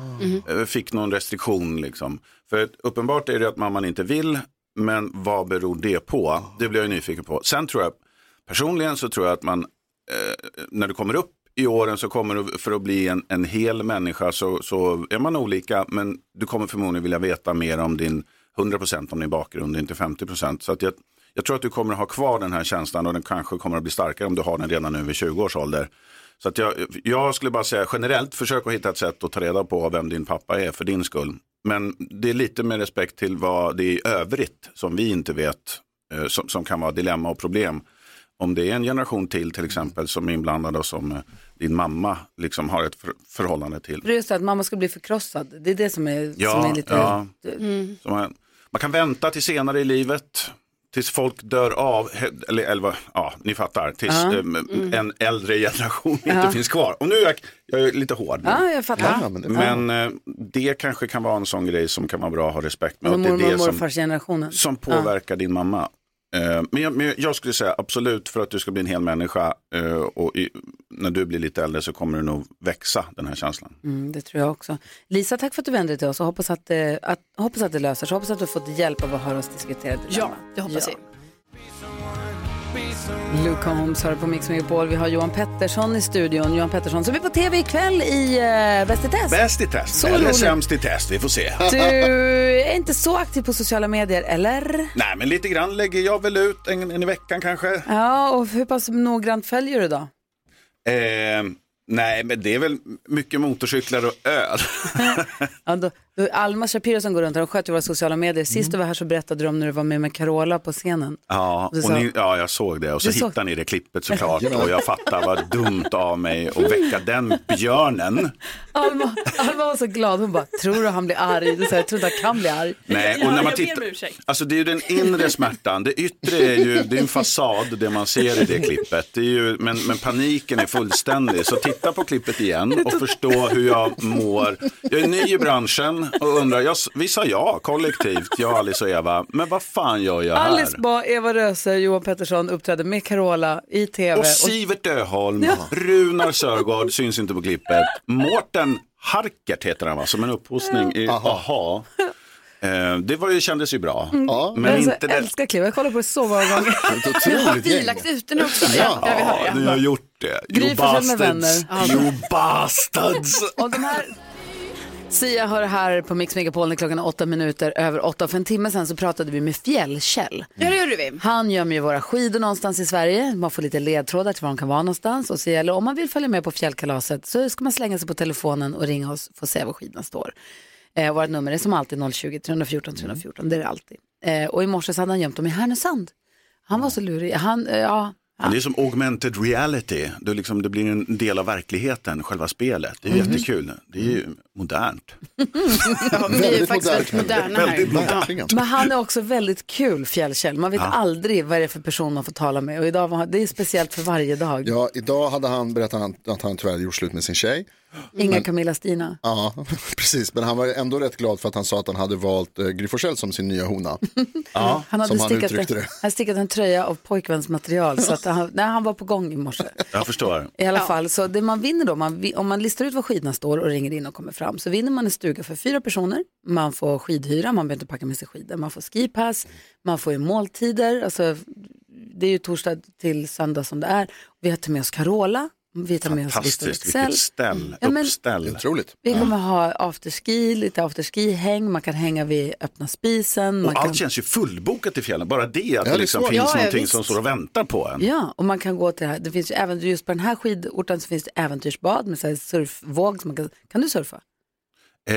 [SPEAKER 12] eh, fick någon restriktion liksom. För att, uppenbart är det att mamman inte vill, men vad beror det på? Det blir jag ju nyfiken på. Sen tror jag, personligen så tror jag att man eh, när du kommer upp i åren så kommer du för att bli en, en hel människa så, så är man olika men du kommer förmodligen vilja veta mer om din 100% om din bakgrund, inte 50%. Så att jag, jag tror att du kommer ha kvar den här känslan och den kanske kommer att bli starkare om du har den redan nu vid 20 års ålder. Så att jag, jag skulle bara säga generellt, försök att hitta ett sätt att ta reda på vem din pappa är för din skull. Men det är lite med respekt till vad det är i övrigt som vi inte vet, eh, som, som kan vara dilemma och problem om det är en generation till till exempel som är inblandad och som eh, din mamma liksom har ett för- förhållande till.
[SPEAKER 1] För det är just det att mamma ska bli förkrossad. Det är det som är, som är lite...
[SPEAKER 12] ja.
[SPEAKER 1] Mm.
[SPEAKER 12] Så man, man kan vänta till senare i livet, tills folk dör av, he- eller, eller vad- ja, ni fattar, tills
[SPEAKER 1] Ja.
[SPEAKER 12] eh,
[SPEAKER 1] Mm.
[SPEAKER 12] en äldre generation
[SPEAKER 1] Ja.
[SPEAKER 12] inte finns kvar. Och nu är jag, jag är lite hård. nu.
[SPEAKER 1] Ja, jag fattar. Ja, men det-
[SPEAKER 12] men eh, det kanske kan vara en sån grej som kan vara bra att ha respekt med.
[SPEAKER 1] Och
[SPEAKER 12] att det är
[SPEAKER 1] mormor
[SPEAKER 12] det
[SPEAKER 1] och
[SPEAKER 12] som-
[SPEAKER 1] morfarsgenerationen.
[SPEAKER 12] som påverkar din mamma. Eh, Men jag, men jag- jag skulle säga absolut för att du ska bli en hel människa eh, och i, när du blir lite äldre så kommer du nog växa den här känslan.
[SPEAKER 1] Mm, det tror jag också. Lisa, tack för att du vände dig till oss och hoppas att, eh, att, hoppas att det löser sig. Hoppas att du har fått hjälp av att höra oss diskutera det.
[SPEAKER 2] Ja, det hoppas jag.
[SPEAKER 1] Luke Holmes hör på Mix Megapol. Vi har Johan Pettersson i studion. Johan Pettersson som är på tv ikväll i eh, Bäst i test.
[SPEAKER 12] Bäst i test,
[SPEAKER 1] Så
[SPEAKER 12] eller
[SPEAKER 1] roligt.
[SPEAKER 12] sämst i test, vi får se.
[SPEAKER 1] Du är inte så aktiv på sociala medier, eller?
[SPEAKER 12] Nej, men lite grann lägger jag väl ut en, en i veckan kanske.
[SPEAKER 1] Ja, och hur pass noggrant följer du då?
[SPEAKER 12] Eh, nej, men det är väl mycket motorcyklar och öl.
[SPEAKER 1] Ja, då, då Alma Shapiro som går runt här, och sköter våra sociala medier. Sist du var här så berättade du om när du var med med Carola på scenen.
[SPEAKER 12] Ja,
[SPEAKER 1] Du
[SPEAKER 12] och
[SPEAKER 1] sa-
[SPEAKER 12] ni, ja, jag såg det och så
[SPEAKER 1] Du såg-
[SPEAKER 12] hittade ni det klippet såklart och jag fattar vad dumt av mig att väcka den björnen.
[SPEAKER 1] Alma, Alma var så glad, hon bara, tror du han blir arg? Du sa, jag tror inte han kan bli arg.
[SPEAKER 12] Nej, och när man tittar, alltså det är ju den inre smärtan, det yttre är ju, det är en fasad det man ser i det klippet, det är ju, men, men paniken är fullständig. Så titta på klippet igen och förstå hur jag mår. Jag är ny i branschen och undrar, jag, vi sa ja kollektivt, jag, Alice och Eva, men vad fan gör jag här?
[SPEAKER 1] Alice Ba, Eva Röse, Johan Pettersson uppträdde med Carola i tv.
[SPEAKER 12] Och Sivert Öholm,
[SPEAKER 1] Ja.
[SPEAKER 12] Runar Sörgård syns inte på klippet. Mårten Harkert heter han va, som en upphostning i Aha. Eh, Det var ju, kändes ju bra, men
[SPEAKER 1] alltså,
[SPEAKER 12] inte
[SPEAKER 1] Jag
[SPEAKER 12] det
[SPEAKER 1] älskar klippet, jag kollar på det så många gånger.
[SPEAKER 12] otroligt gäng.
[SPEAKER 2] Lagt ut den också.
[SPEAKER 12] Ja, ni har gjort det.
[SPEAKER 1] Gry
[SPEAKER 12] You
[SPEAKER 1] Forssell med
[SPEAKER 12] bastards.
[SPEAKER 1] vänner.
[SPEAKER 12] You bastards.
[SPEAKER 1] Och de här Sia hör här på Mix Megapol när klockan är åtta minuter över åtta. För en timme sedan så pratade vi med Fjällkäll.
[SPEAKER 2] Ja, det gjorde vi.
[SPEAKER 1] Han gömmer ju våra skidor någonstans i Sverige. Man får lite ledtrådar till var de kan vara någonstans. Och så gäller, om man vill följa med på fjällkalaset så ska man slänga sig på telefonen och ringa oss för att se var skidorna står. Eh, vårt nummer är som alltid 020-314 314. Det är det alltid. Eh, och i morse så hade han gömt dem i Härnösand. Han var så lurig. Han, eh, ja,
[SPEAKER 12] Men Det är som augmented reality, det, liksom, det blir en del av verkligheten, själva spelet. Det är
[SPEAKER 1] Mhm.
[SPEAKER 12] jättekul, det är ju modernt.
[SPEAKER 2] Ja, vi är faktiskt väldigt moderna här.
[SPEAKER 12] Väldigt modernt.
[SPEAKER 1] Men han är också väldigt kul, Fjällkäll. Man vet
[SPEAKER 3] Ja.
[SPEAKER 1] aldrig vad det är för person man får tala med. Och idag var, det är speciellt för varje dag.
[SPEAKER 3] Ja, idag hade han berättat han, att han tyvärr gjort slut med sin tjej.
[SPEAKER 1] Inga
[SPEAKER 3] Men-
[SPEAKER 1] Camilla Stina.
[SPEAKER 3] Mm. Ja, *laughs* precis. Men han var ändå rätt glad för att han sa att han hade valt eh, Gry Forssell som sin nya hona. Mm.
[SPEAKER 12] Ja.
[SPEAKER 1] Han hade
[SPEAKER 3] som han
[SPEAKER 1] stickat,
[SPEAKER 3] uttryckte
[SPEAKER 1] en,
[SPEAKER 3] det.
[SPEAKER 1] han stickat en tröja av pojkvänsmaterial. Så att han, nej, han var på gång i morse.
[SPEAKER 12] Jag förstår.
[SPEAKER 1] I alla fall, så det man vinner då, man, vi- om man listar ut var skidorna står och ringer in och kommer fram, så vinner man en stuga för fyra personer, man får skidhyra, man behöver inte packa med sig skidor, man får skipass, man får ju måltider, alltså, det är ju torsdag till söndag som det är. Vi tar med oss Carola, vi tar med oss Victor
[SPEAKER 12] Fantastiskt,
[SPEAKER 1] Leksell.
[SPEAKER 12] vilket ställ,
[SPEAKER 1] Ja, men-
[SPEAKER 12] uppställ. Otroligt.
[SPEAKER 1] Vi kommer ha afterski, lite afterski-häng, man kan hänga vid öppna spisen. Man
[SPEAKER 12] Och
[SPEAKER 1] kan...
[SPEAKER 12] allt känns ju fullbokat i fjällen, bara det att
[SPEAKER 1] Ja,
[SPEAKER 12] det
[SPEAKER 1] det
[SPEAKER 12] liksom
[SPEAKER 1] är svårt.
[SPEAKER 12] finns
[SPEAKER 1] Ja, ja,
[SPEAKER 12] någonting
[SPEAKER 1] visst.
[SPEAKER 12] som står och väntar på en.
[SPEAKER 1] Ja, och man kan gå till det här. Det finns ju även, just på den här skidorten så finns det äventyrsbad med så här surfvåg. Som man kan... kan du surfa?
[SPEAKER 12] Eh,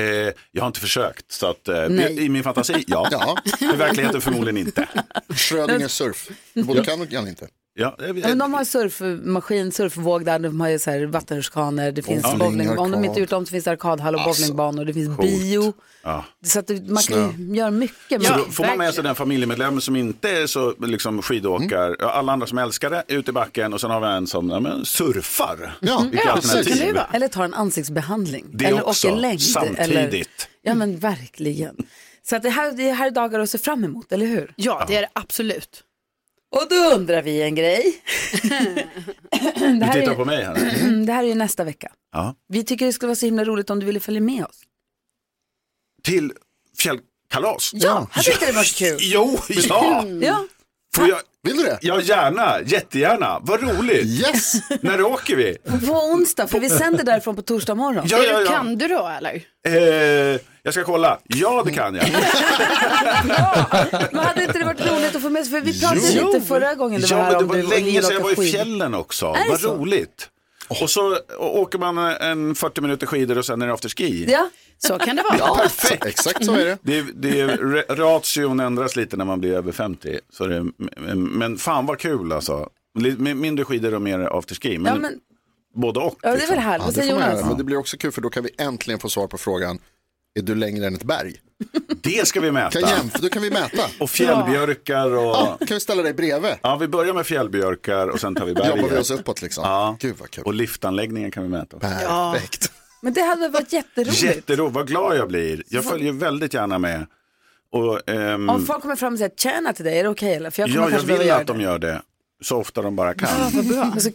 [SPEAKER 12] jag har inte försökt, så att, eh,
[SPEAKER 1] Nej.
[SPEAKER 12] i min fantasi, ja.
[SPEAKER 1] Ja.
[SPEAKER 12] *laughs* I verkligheten förmodligen inte.
[SPEAKER 3] Schrödinger surf. Både kan och kan inte.
[SPEAKER 12] Ja, eh,
[SPEAKER 1] Ja, men de har surfmaskin, surfvåg där, de har ju så här vattenrutschkanor, det finns
[SPEAKER 12] Bowling,
[SPEAKER 1] bowling, om de inte
[SPEAKER 12] arkad.
[SPEAKER 1] gjort om så finns det arkadhall och
[SPEAKER 12] Alltså,
[SPEAKER 1] bowlingbanor, det finns
[SPEAKER 12] coolt.
[SPEAKER 1] bio.
[SPEAKER 12] ja.
[SPEAKER 1] Så att det- man kan ju göra mycket.
[SPEAKER 12] Så
[SPEAKER 1] men-
[SPEAKER 12] då får man med sig den familjemedlemmen som inte är så liksom, skidåkare, alla andra som älskar det, ut i backen och sen har vi en som ja, men, surfar.
[SPEAKER 1] Mm.
[SPEAKER 12] Vilka alternativ.
[SPEAKER 1] Eller tar en ansiktsbehandling.
[SPEAKER 12] Det
[SPEAKER 1] eller
[SPEAKER 12] också,
[SPEAKER 1] åker längd.
[SPEAKER 12] samtidigt.
[SPEAKER 1] Eller, ja men verkligen. Så att det, här, det här är dagar att se fram emot, eller hur?
[SPEAKER 2] Ja, det är det absolut.
[SPEAKER 1] Och då undrar vi
[SPEAKER 2] *laughs*
[SPEAKER 1] en grej. det,
[SPEAKER 12] Du tittar
[SPEAKER 1] här är, Mm,
[SPEAKER 12] på mig här.
[SPEAKER 1] det här är ju nästa vecka.
[SPEAKER 12] Ja.
[SPEAKER 1] Vi tycker det skulle vara så himla roligt om du ville följa med oss.
[SPEAKER 12] Till fjällkalas.
[SPEAKER 1] Ja, här tyckte det var kul.
[SPEAKER 12] *laughs*
[SPEAKER 1] Mm.
[SPEAKER 12] Jo, ja.
[SPEAKER 1] ja.
[SPEAKER 12] Får jag,
[SPEAKER 3] Vill du det?
[SPEAKER 12] Ja, gärna, jättegärna. Vad roligt.
[SPEAKER 3] Yes.
[SPEAKER 12] *laughs* När åker vi?
[SPEAKER 1] På onsdag, för vi sänder därifrån på torsdag morgon.
[SPEAKER 12] Ja, ja, ja.
[SPEAKER 2] Kan du då eller?
[SPEAKER 12] Eh, jag ska kolla. Ja, det kan jag.
[SPEAKER 1] Men hade inte det varit roligt att få med sig? För vi pratade
[SPEAKER 12] Jo.
[SPEAKER 1] lite förra gången du var
[SPEAKER 12] ja,
[SPEAKER 1] här
[SPEAKER 12] men det
[SPEAKER 1] om
[SPEAKER 12] var
[SPEAKER 1] du och
[SPEAKER 12] länge
[SPEAKER 1] Lina
[SPEAKER 12] sedan jag var
[SPEAKER 1] åker
[SPEAKER 12] i
[SPEAKER 1] skidor.
[SPEAKER 12] fjällen också.
[SPEAKER 1] Är det
[SPEAKER 12] Vad
[SPEAKER 1] så?
[SPEAKER 12] roligt. Och så å- åker man en 40 minuter skidor och sen är det afterski.
[SPEAKER 1] Ja,
[SPEAKER 2] så kan det vara.
[SPEAKER 12] Ja, perfekt.
[SPEAKER 3] Exakt så är det.
[SPEAKER 12] det, det är, ra- ration ändras lite när man blir över 50. Så det, men- men fan vad kul alltså. Li- mi- Mindre skidor och mer afterski. Men,
[SPEAKER 1] Ja, men-
[SPEAKER 12] både och. liksom.
[SPEAKER 1] Ja, det är väl härligt.
[SPEAKER 3] det
[SPEAKER 1] Vad säger
[SPEAKER 3] får man
[SPEAKER 1] Jonas?
[SPEAKER 3] göra. Men det blir också kul för då kan vi äntligen få svar på frågan. Är du längre än ett berg?
[SPEAKER 12] Det ska vi mäta.
[SPEAKER 3] Kan jämf- då kan vi mäta.
[SPEAKER 12] *laughs* Och fjällbjörkar och...
[SPEAKER 3] Ja, kan vi ställa dig bredvid?
[SPEAKER 12] Ja, vi börjar med fjällbjörkar och sen tar vi berget.
[SPEAKER 3] Jobbar vi oss uppåt liksom.
[SPEAKER 12] Ja. Gud vad kul. Och liftanläggningen kan vi mäta.
[SPEAKER 3] Perfekt.
[SPEAKER 1] Men det hade väl varit jätteroligt.
[SPEAKER 12] Jätteroligt, vad glad jag blir. Jag följer väldigt gärna med. Och, ehm,
[SPEAKER 1] Om folk kommer fram och säger tjäna till dig, är det okej eller? För jag kommer
[SPEAKER 12] ja, jag
[SPEAKER 1] kanske
[SPEAKER 12] vill
[SPEAKER 1] behöva
[SPEAKER 12] att
[SPEAKER 1] göra
[SPEAKER 12] de gör det så ofta de bara kan.
[SPEAKER 1] det. Vad bra. Alltså,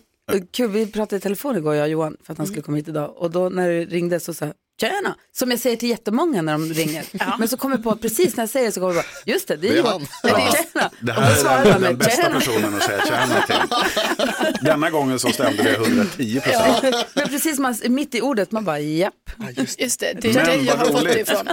[SPEAKER 1] kul, vi pratade i telefon igår jag och Johan för att han skulle komma hit idag och då när det ringde så sa jag tjena, som jag säger till jättemånga när de ringer. Men så kommer jag på, precis när jag säger det så kommer jag bara, just det, det är
[SPEAKER 12] Det är
[SPEAKER 1] Johan.
[SPEAKER 12] han.
[SPEAKER 1] *laughs* Jag bara,
[SPEAKER 12] Ja.
[SPEAKER 1] Tjena.
[SPEAKER 12] Det
[SPEAKER 1] Och då
[SPEAKER 12] här
[SPEAKER 1] svarar
[SPEAKER 12] är den,
[SPEAKER 1] de,
[SPEAKER 12] den bästa
[SPEAKER 1] "Tjena."
[SPEAKER 12] personen att säga tjena till. Denna gången så stämde det 110 procent.
[SPEAKER 1] Ja, *laughs* men precis man, mitt i ordet, man bara japp.
[SPEAKER 2] Just det,
[SPEAKER 12] det är Men dig jag vad har fått det roligt.
[SPEAKER 2] ifrån.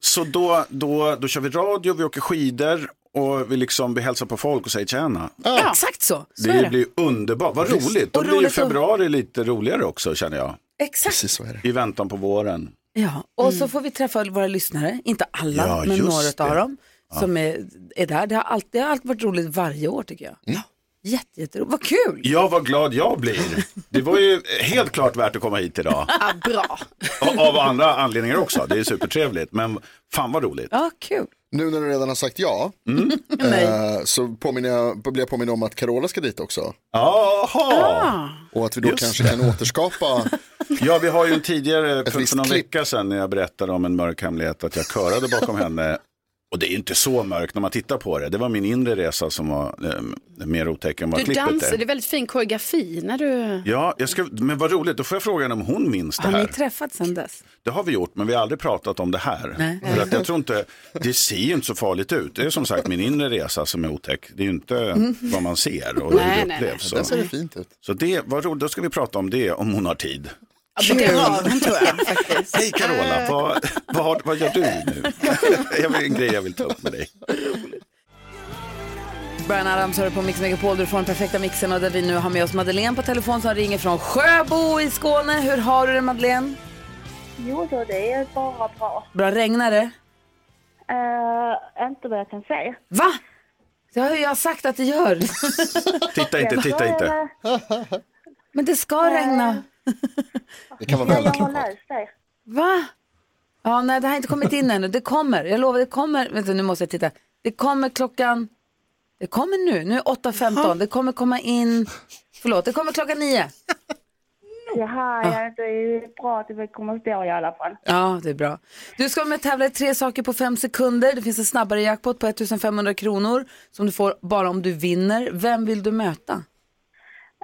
[SPEAKER 12] Så då, då, då kör vi radio, vi åker skidor och vi, liksom, vi hälsar på folk och säger tjena.
[SPEAKER 1] Ja. Exakt så. så
[SPEAKER 12] Det,
[SPEAKER 1] är det.
[SPEAKER 12] blir underbart, vad roligt. Då
[SPEAKER 1] Och
[SPEAKER 12] blir ju
[SPEAKER 1] roligt att-
[SPEAKER 12] februari lite roligare också känner jag.
[SPEAKER 1] Exakt.
[SPEAKER 12] I väntan på våren.
[SPEAKER 1] Ja, och så får vi träffa våra lyssnare, inte alla,
[SPEAKER 12] Mm. Ja,
[SPEAKER 1] men
[SPEAKER 12] just
[SPEAKER 1] några av
[SPEAKER 12] det.
[SPEAKER 1] dem
[SPEAKER 12] Ja.
[SPEAKER 1] som är, är där. Det har, alltid, det har alltid varit roligt varje år tycker jag.
[SPEAKER 12] Mm.
[SPEAKER 1] Jätte, jätteroligt, vad kul!
[SPEAKER 12] Ja, vad glad
[SPEAKER 2] *laughs*
[SPEAKER 12] jag blir. Det var ju helt klart värt att komma hit idag.
[SPEAKER 2] Ja, bra.
[SPEAKER 12] Och av andra anledningar också. Det är supertrevligt. Men fan vad roligt.
[SPEAKER 1] Ja, kul.
[SPEAKER 3] Nu när du redan har sagt ja,
[SPEAKER 12] Mm.
[SPEAKER 3] eh, så påminner jag, blir jag påminner om att Carola ska dit också.
[SPEAKER 12] Jaha!
[SPEAKER 3] Och att vi då
[SPEAKER 12] Just
[SPEAKER 3] kanske
[SPEAKER 12] det.
[SPEAKER 3] kan
[SPEAKER 12] *laughs*
[SPEAKER 3] återskapa
[SPEAKER 12] Ja, vi har ju en tidigare, för,
[SPEAKER 3] visst
[SPEAKER 12] för någon
[SPEAKER 3] klipp.
[SPEAKER 12] vecka sedan, när jag berättade om en mörk hemlighet, att jag körade bakom henne. Och det är ju inte så mörkt när man tittar på det. Det var min inre resa som var eh, mer otäck än vad
[SPEAKER 2] Du
[SPEAKER 12] klippet
[SPEAKER 2] dansar, det
[SPEAKER 12] är.
[SPEAKER 2] är väldigt fin koreografi när du...
[SPEAKER 12] Ja, jag ska, men vad roligt. Då får jag fråga henne om hon minns det
[SPEAKER 1] Har ni
[SPEAKER 12] här.
[SPEAKER 1] träffats sedan dess?
[SPEAKER 12] Det har vi gjort, men vi har aldrig pratat om det här.
[SPEAKER 1] Nej.
[SPEAKER 12] För att jag tror inte, det ser ju inte så farligt ut. Det är som sagt min inre resa som är otäck. Det är ju inte
[SPEAKER 1] Mm.
[SPEAKER 12] vad man ser och hur
[SPEAKER 2] Nej,
[SPEAKER 12] det
[SPEAKER 3] *laughs*
[SPEAKER 2] nej, nej.
[SPEAKER 12] upplevs.
[SPEAKER 2] Där ser det
[SPEAKER 3] fint ut.
[SPEAKER 12] Så det, vad roligt, då ska vi prata om det om hon har tid.
[SPEAKER 2] Ja, men det har hon tror jag.
[SPEAKER 12] Hej Carola, vad, vad, har- vad gör du nu?
[SPEAKER 3] *laughs*
[SPEAKER 12] Jag vill, en grej jag vill ta upp med dig.
[SPEAKER 1] Brian Adams hör på Mix Megapol där du får den perfekta mixen och där vi nu har med oss Madeleine på telefon som ringer från Sjöbo i Skåne. Hur har du det Madeleine?
[SPEAKER 14] Jo då, det är bara bra.
[SPEAKER 1] Bra regnar det?
[SPEAKER 14] Eh, inte vad jag kan säga.
[SPEAKER 1] Va? Det har ju jag sagt att det gör.
[SPEAKER 12] Titta inte, titta inte.
[SPEAKER 1] Men det
[SPEAKER 14] Eh,
[SPEAKER 1] ska regna.
[SPEAKER 12] Det kan vara
[SPEAKER 14] Ja, jag har läst det.
[SPEAKER 1] Va? Ja, nej, det har inte kommit in ännu. Det kommer. Jag lovar, det kommer. Vänta, nu måste jag titta. Det kommer klockan... Det kommer nu. Nu är 8.15. Det kommer komma in... Förlåt, det kommer klockan 9.
[SPEAKER 14] Jaha, ja, det är ju bra att det väl kommer stå i alla fall.
[SPEAKER 1] Ja, det är bra. Du ska vara med och tävla i tre saker på fem sekunder. Det finns en snabbare jackpot på 1500 kronor som du får bara om du vinner. Vem vill du möta?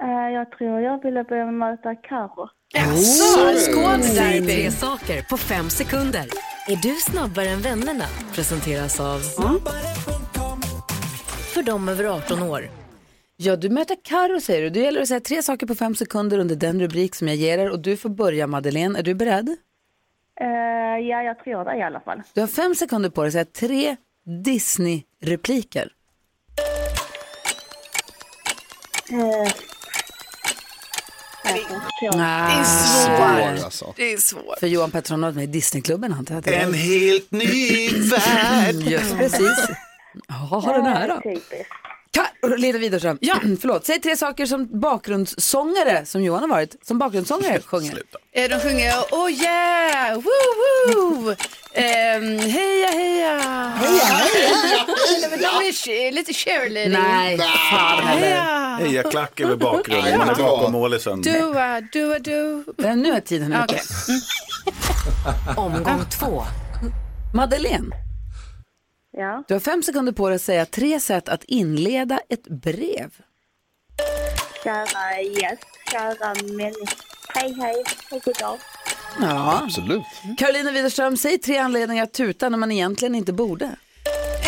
[SPEAKER 14] Eh, jag tror jag ville börja möta Karo.
[SPEAKER 15] Skål! Säg tre saker på fem sekunder. Är du snabbare än vännerna? Presenteras av... För dem över 18 år.
[SPEAKER 1] Ja, du möter Karo säger du. Det gäller att säga tre saker på fem sekunder under den rubrik som jag ger er. Och du får börja, Madeleine. Är du beredd?
[SPEAKER 14] Eh, ja, jag tror det i alla fall.
[SPEAKER 1] Du har fem sekunder på dig att säga tre Disney-repliker.
[SPEAKER 14] Eh,
[SPEAKER 1] Ah,
[SPEAKER 12] svårt. alltså.
[SPEAKER 2] Det är svårt.
[SPEAKER 1] För Johan Pettersson har varit med i Disneyklubben antar jag. att det är.
[SPEAKER 12] En helt ny värld.
[SPEAKER 1] Just precis. Ja, har den här då. Ka- Linda Widerström, ja. *clears throat* förlåt. Säg tre saker som bakgrundssångare, som Johan har varit, som
[SPEAKER 12] *laughs*
[SPEAKER 1] bakgrundssångare sjunger.
[SPEAKER 2] Eh, De sjunger Oh yeah, woo woo, ehm, heja heja. Heja heja. De är sh- lite cheerleading.
[SPEAKER 1] Nej, fan heller.
[SPEAKER 12] Heja klack över bakgrunden, man är bakom målet sen.
[SPEAKER 2] Dua, dua, du.
[SPEAKER 1] Men nu är tiden ute.
[SPEAKER 2] Okej.
[SPEAKER 1] Omgång två. Mm. Madeleine,
[SPEAKER 14] ja.
[SPEAKER 1] du har fem sekunder på dig att säga tre sätt att inleda ett brev.
[SPEAKER 14] Kära gäst, kära människa. Hej, hej och god dag.
[SPEAKER 1] Ja.
[SPEAKER 3] Absolut.
[SPEAKER 1] Karolina Widerström, säg tre anledningar att tuta när man egentligen inte borde.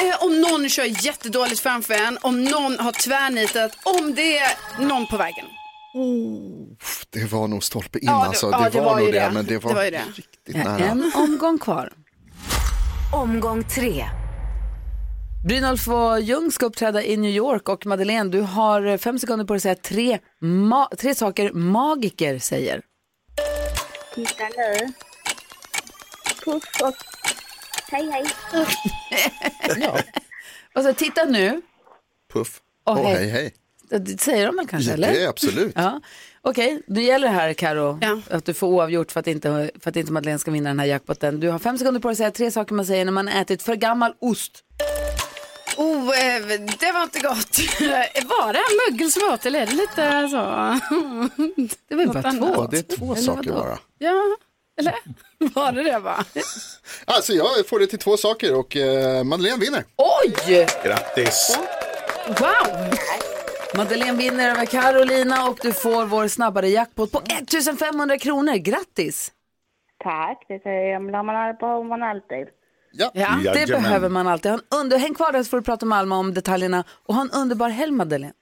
[SPEAKER 2] Eh, Om någon kör jättedåligt framför en, om någon har tvärnitat, om det är någon på vägen.
[SPEAKER 3] Det var nog stolpe in
[SPEAKER 2] Ja, det-
[SPEAKER 3] alltså. Det,
[SPEAKER 2] ja,
[SPEAKER 3] var,
[SPEAKER 2] det var ju
[SPEAKER 3] nog det,
[SPEAKER 2] det.
[SPEAKER 3] men det var,
[SPEAKER 2] Det var ju det.
[SPEAKER 3] riktigt nära.
[SPEAKER 1] En omgång kvar.
[SPEAKER 15] Omgång tre.
[SPEAKER 1] Brynolf och Ljung ska uppträda i New York och Madeleine, du har fem sekunder på dig att säga tre, ma- tre saker magiker säger.
[SPEAKER 14] Titta nu. Puss och hej, hej.
[SPEAKER 1] *laughs* Alltså, titta nu,
[SPEAKER 3] Puff.
[SPEAKER 1] Åh,
[SPEAKER 3] Åh,
[SPEAKER 1] hej.
[SPEAKER 3] hej, hej.
[SPEAKER 1] det säger de väl kanske?
[SPEAKER 3] Ja,
[SPEAKER 1] eller?
[SPEAKER 3] det är absolut.
[SPEAKER 1] Ja. Okej, nu gäller det här Karo att du får oavgjort för att, inte, för att inte Madeleine ska vinna den här jackpotten. Du har fem sekunder på dig att säga tre saker man säger när man ätit för gammal ost.
[SPEAKER 2] Oh, eh, det var inte gott. *laughs* Var det här mögel som åt eller är det lite *laughs* så?
[SPEAKER 1] Det var ju
[SPEAKER 3] bara två. Det är två saker bara.
[SPEAKER 2] Ja, eller *laughs* var det det bara?
[SPEAKER 3] Alltså jag får det till två saker och eh, Madeleine vinner.
[SPEAKER 1] Oj!
[SPEAKER 12] Grattis.
[SPEAKER 1] Wow! Madeleine vinner över Carolina och du får vår snabbare jackpot på 1500 kronor. Grattis!
[SPEAKER 14] Tack, det säger man, behöver man alltid.
[SPEAKER 3] Ja,
[SPEAKER 1] det
[SPEAKER 14] Jajamän.
[SPEAKER 1] behöver man alltid. Ha en under... Häng kvar där så får du prata med Alma om detaljerna och ha en underbar helg Madeleine.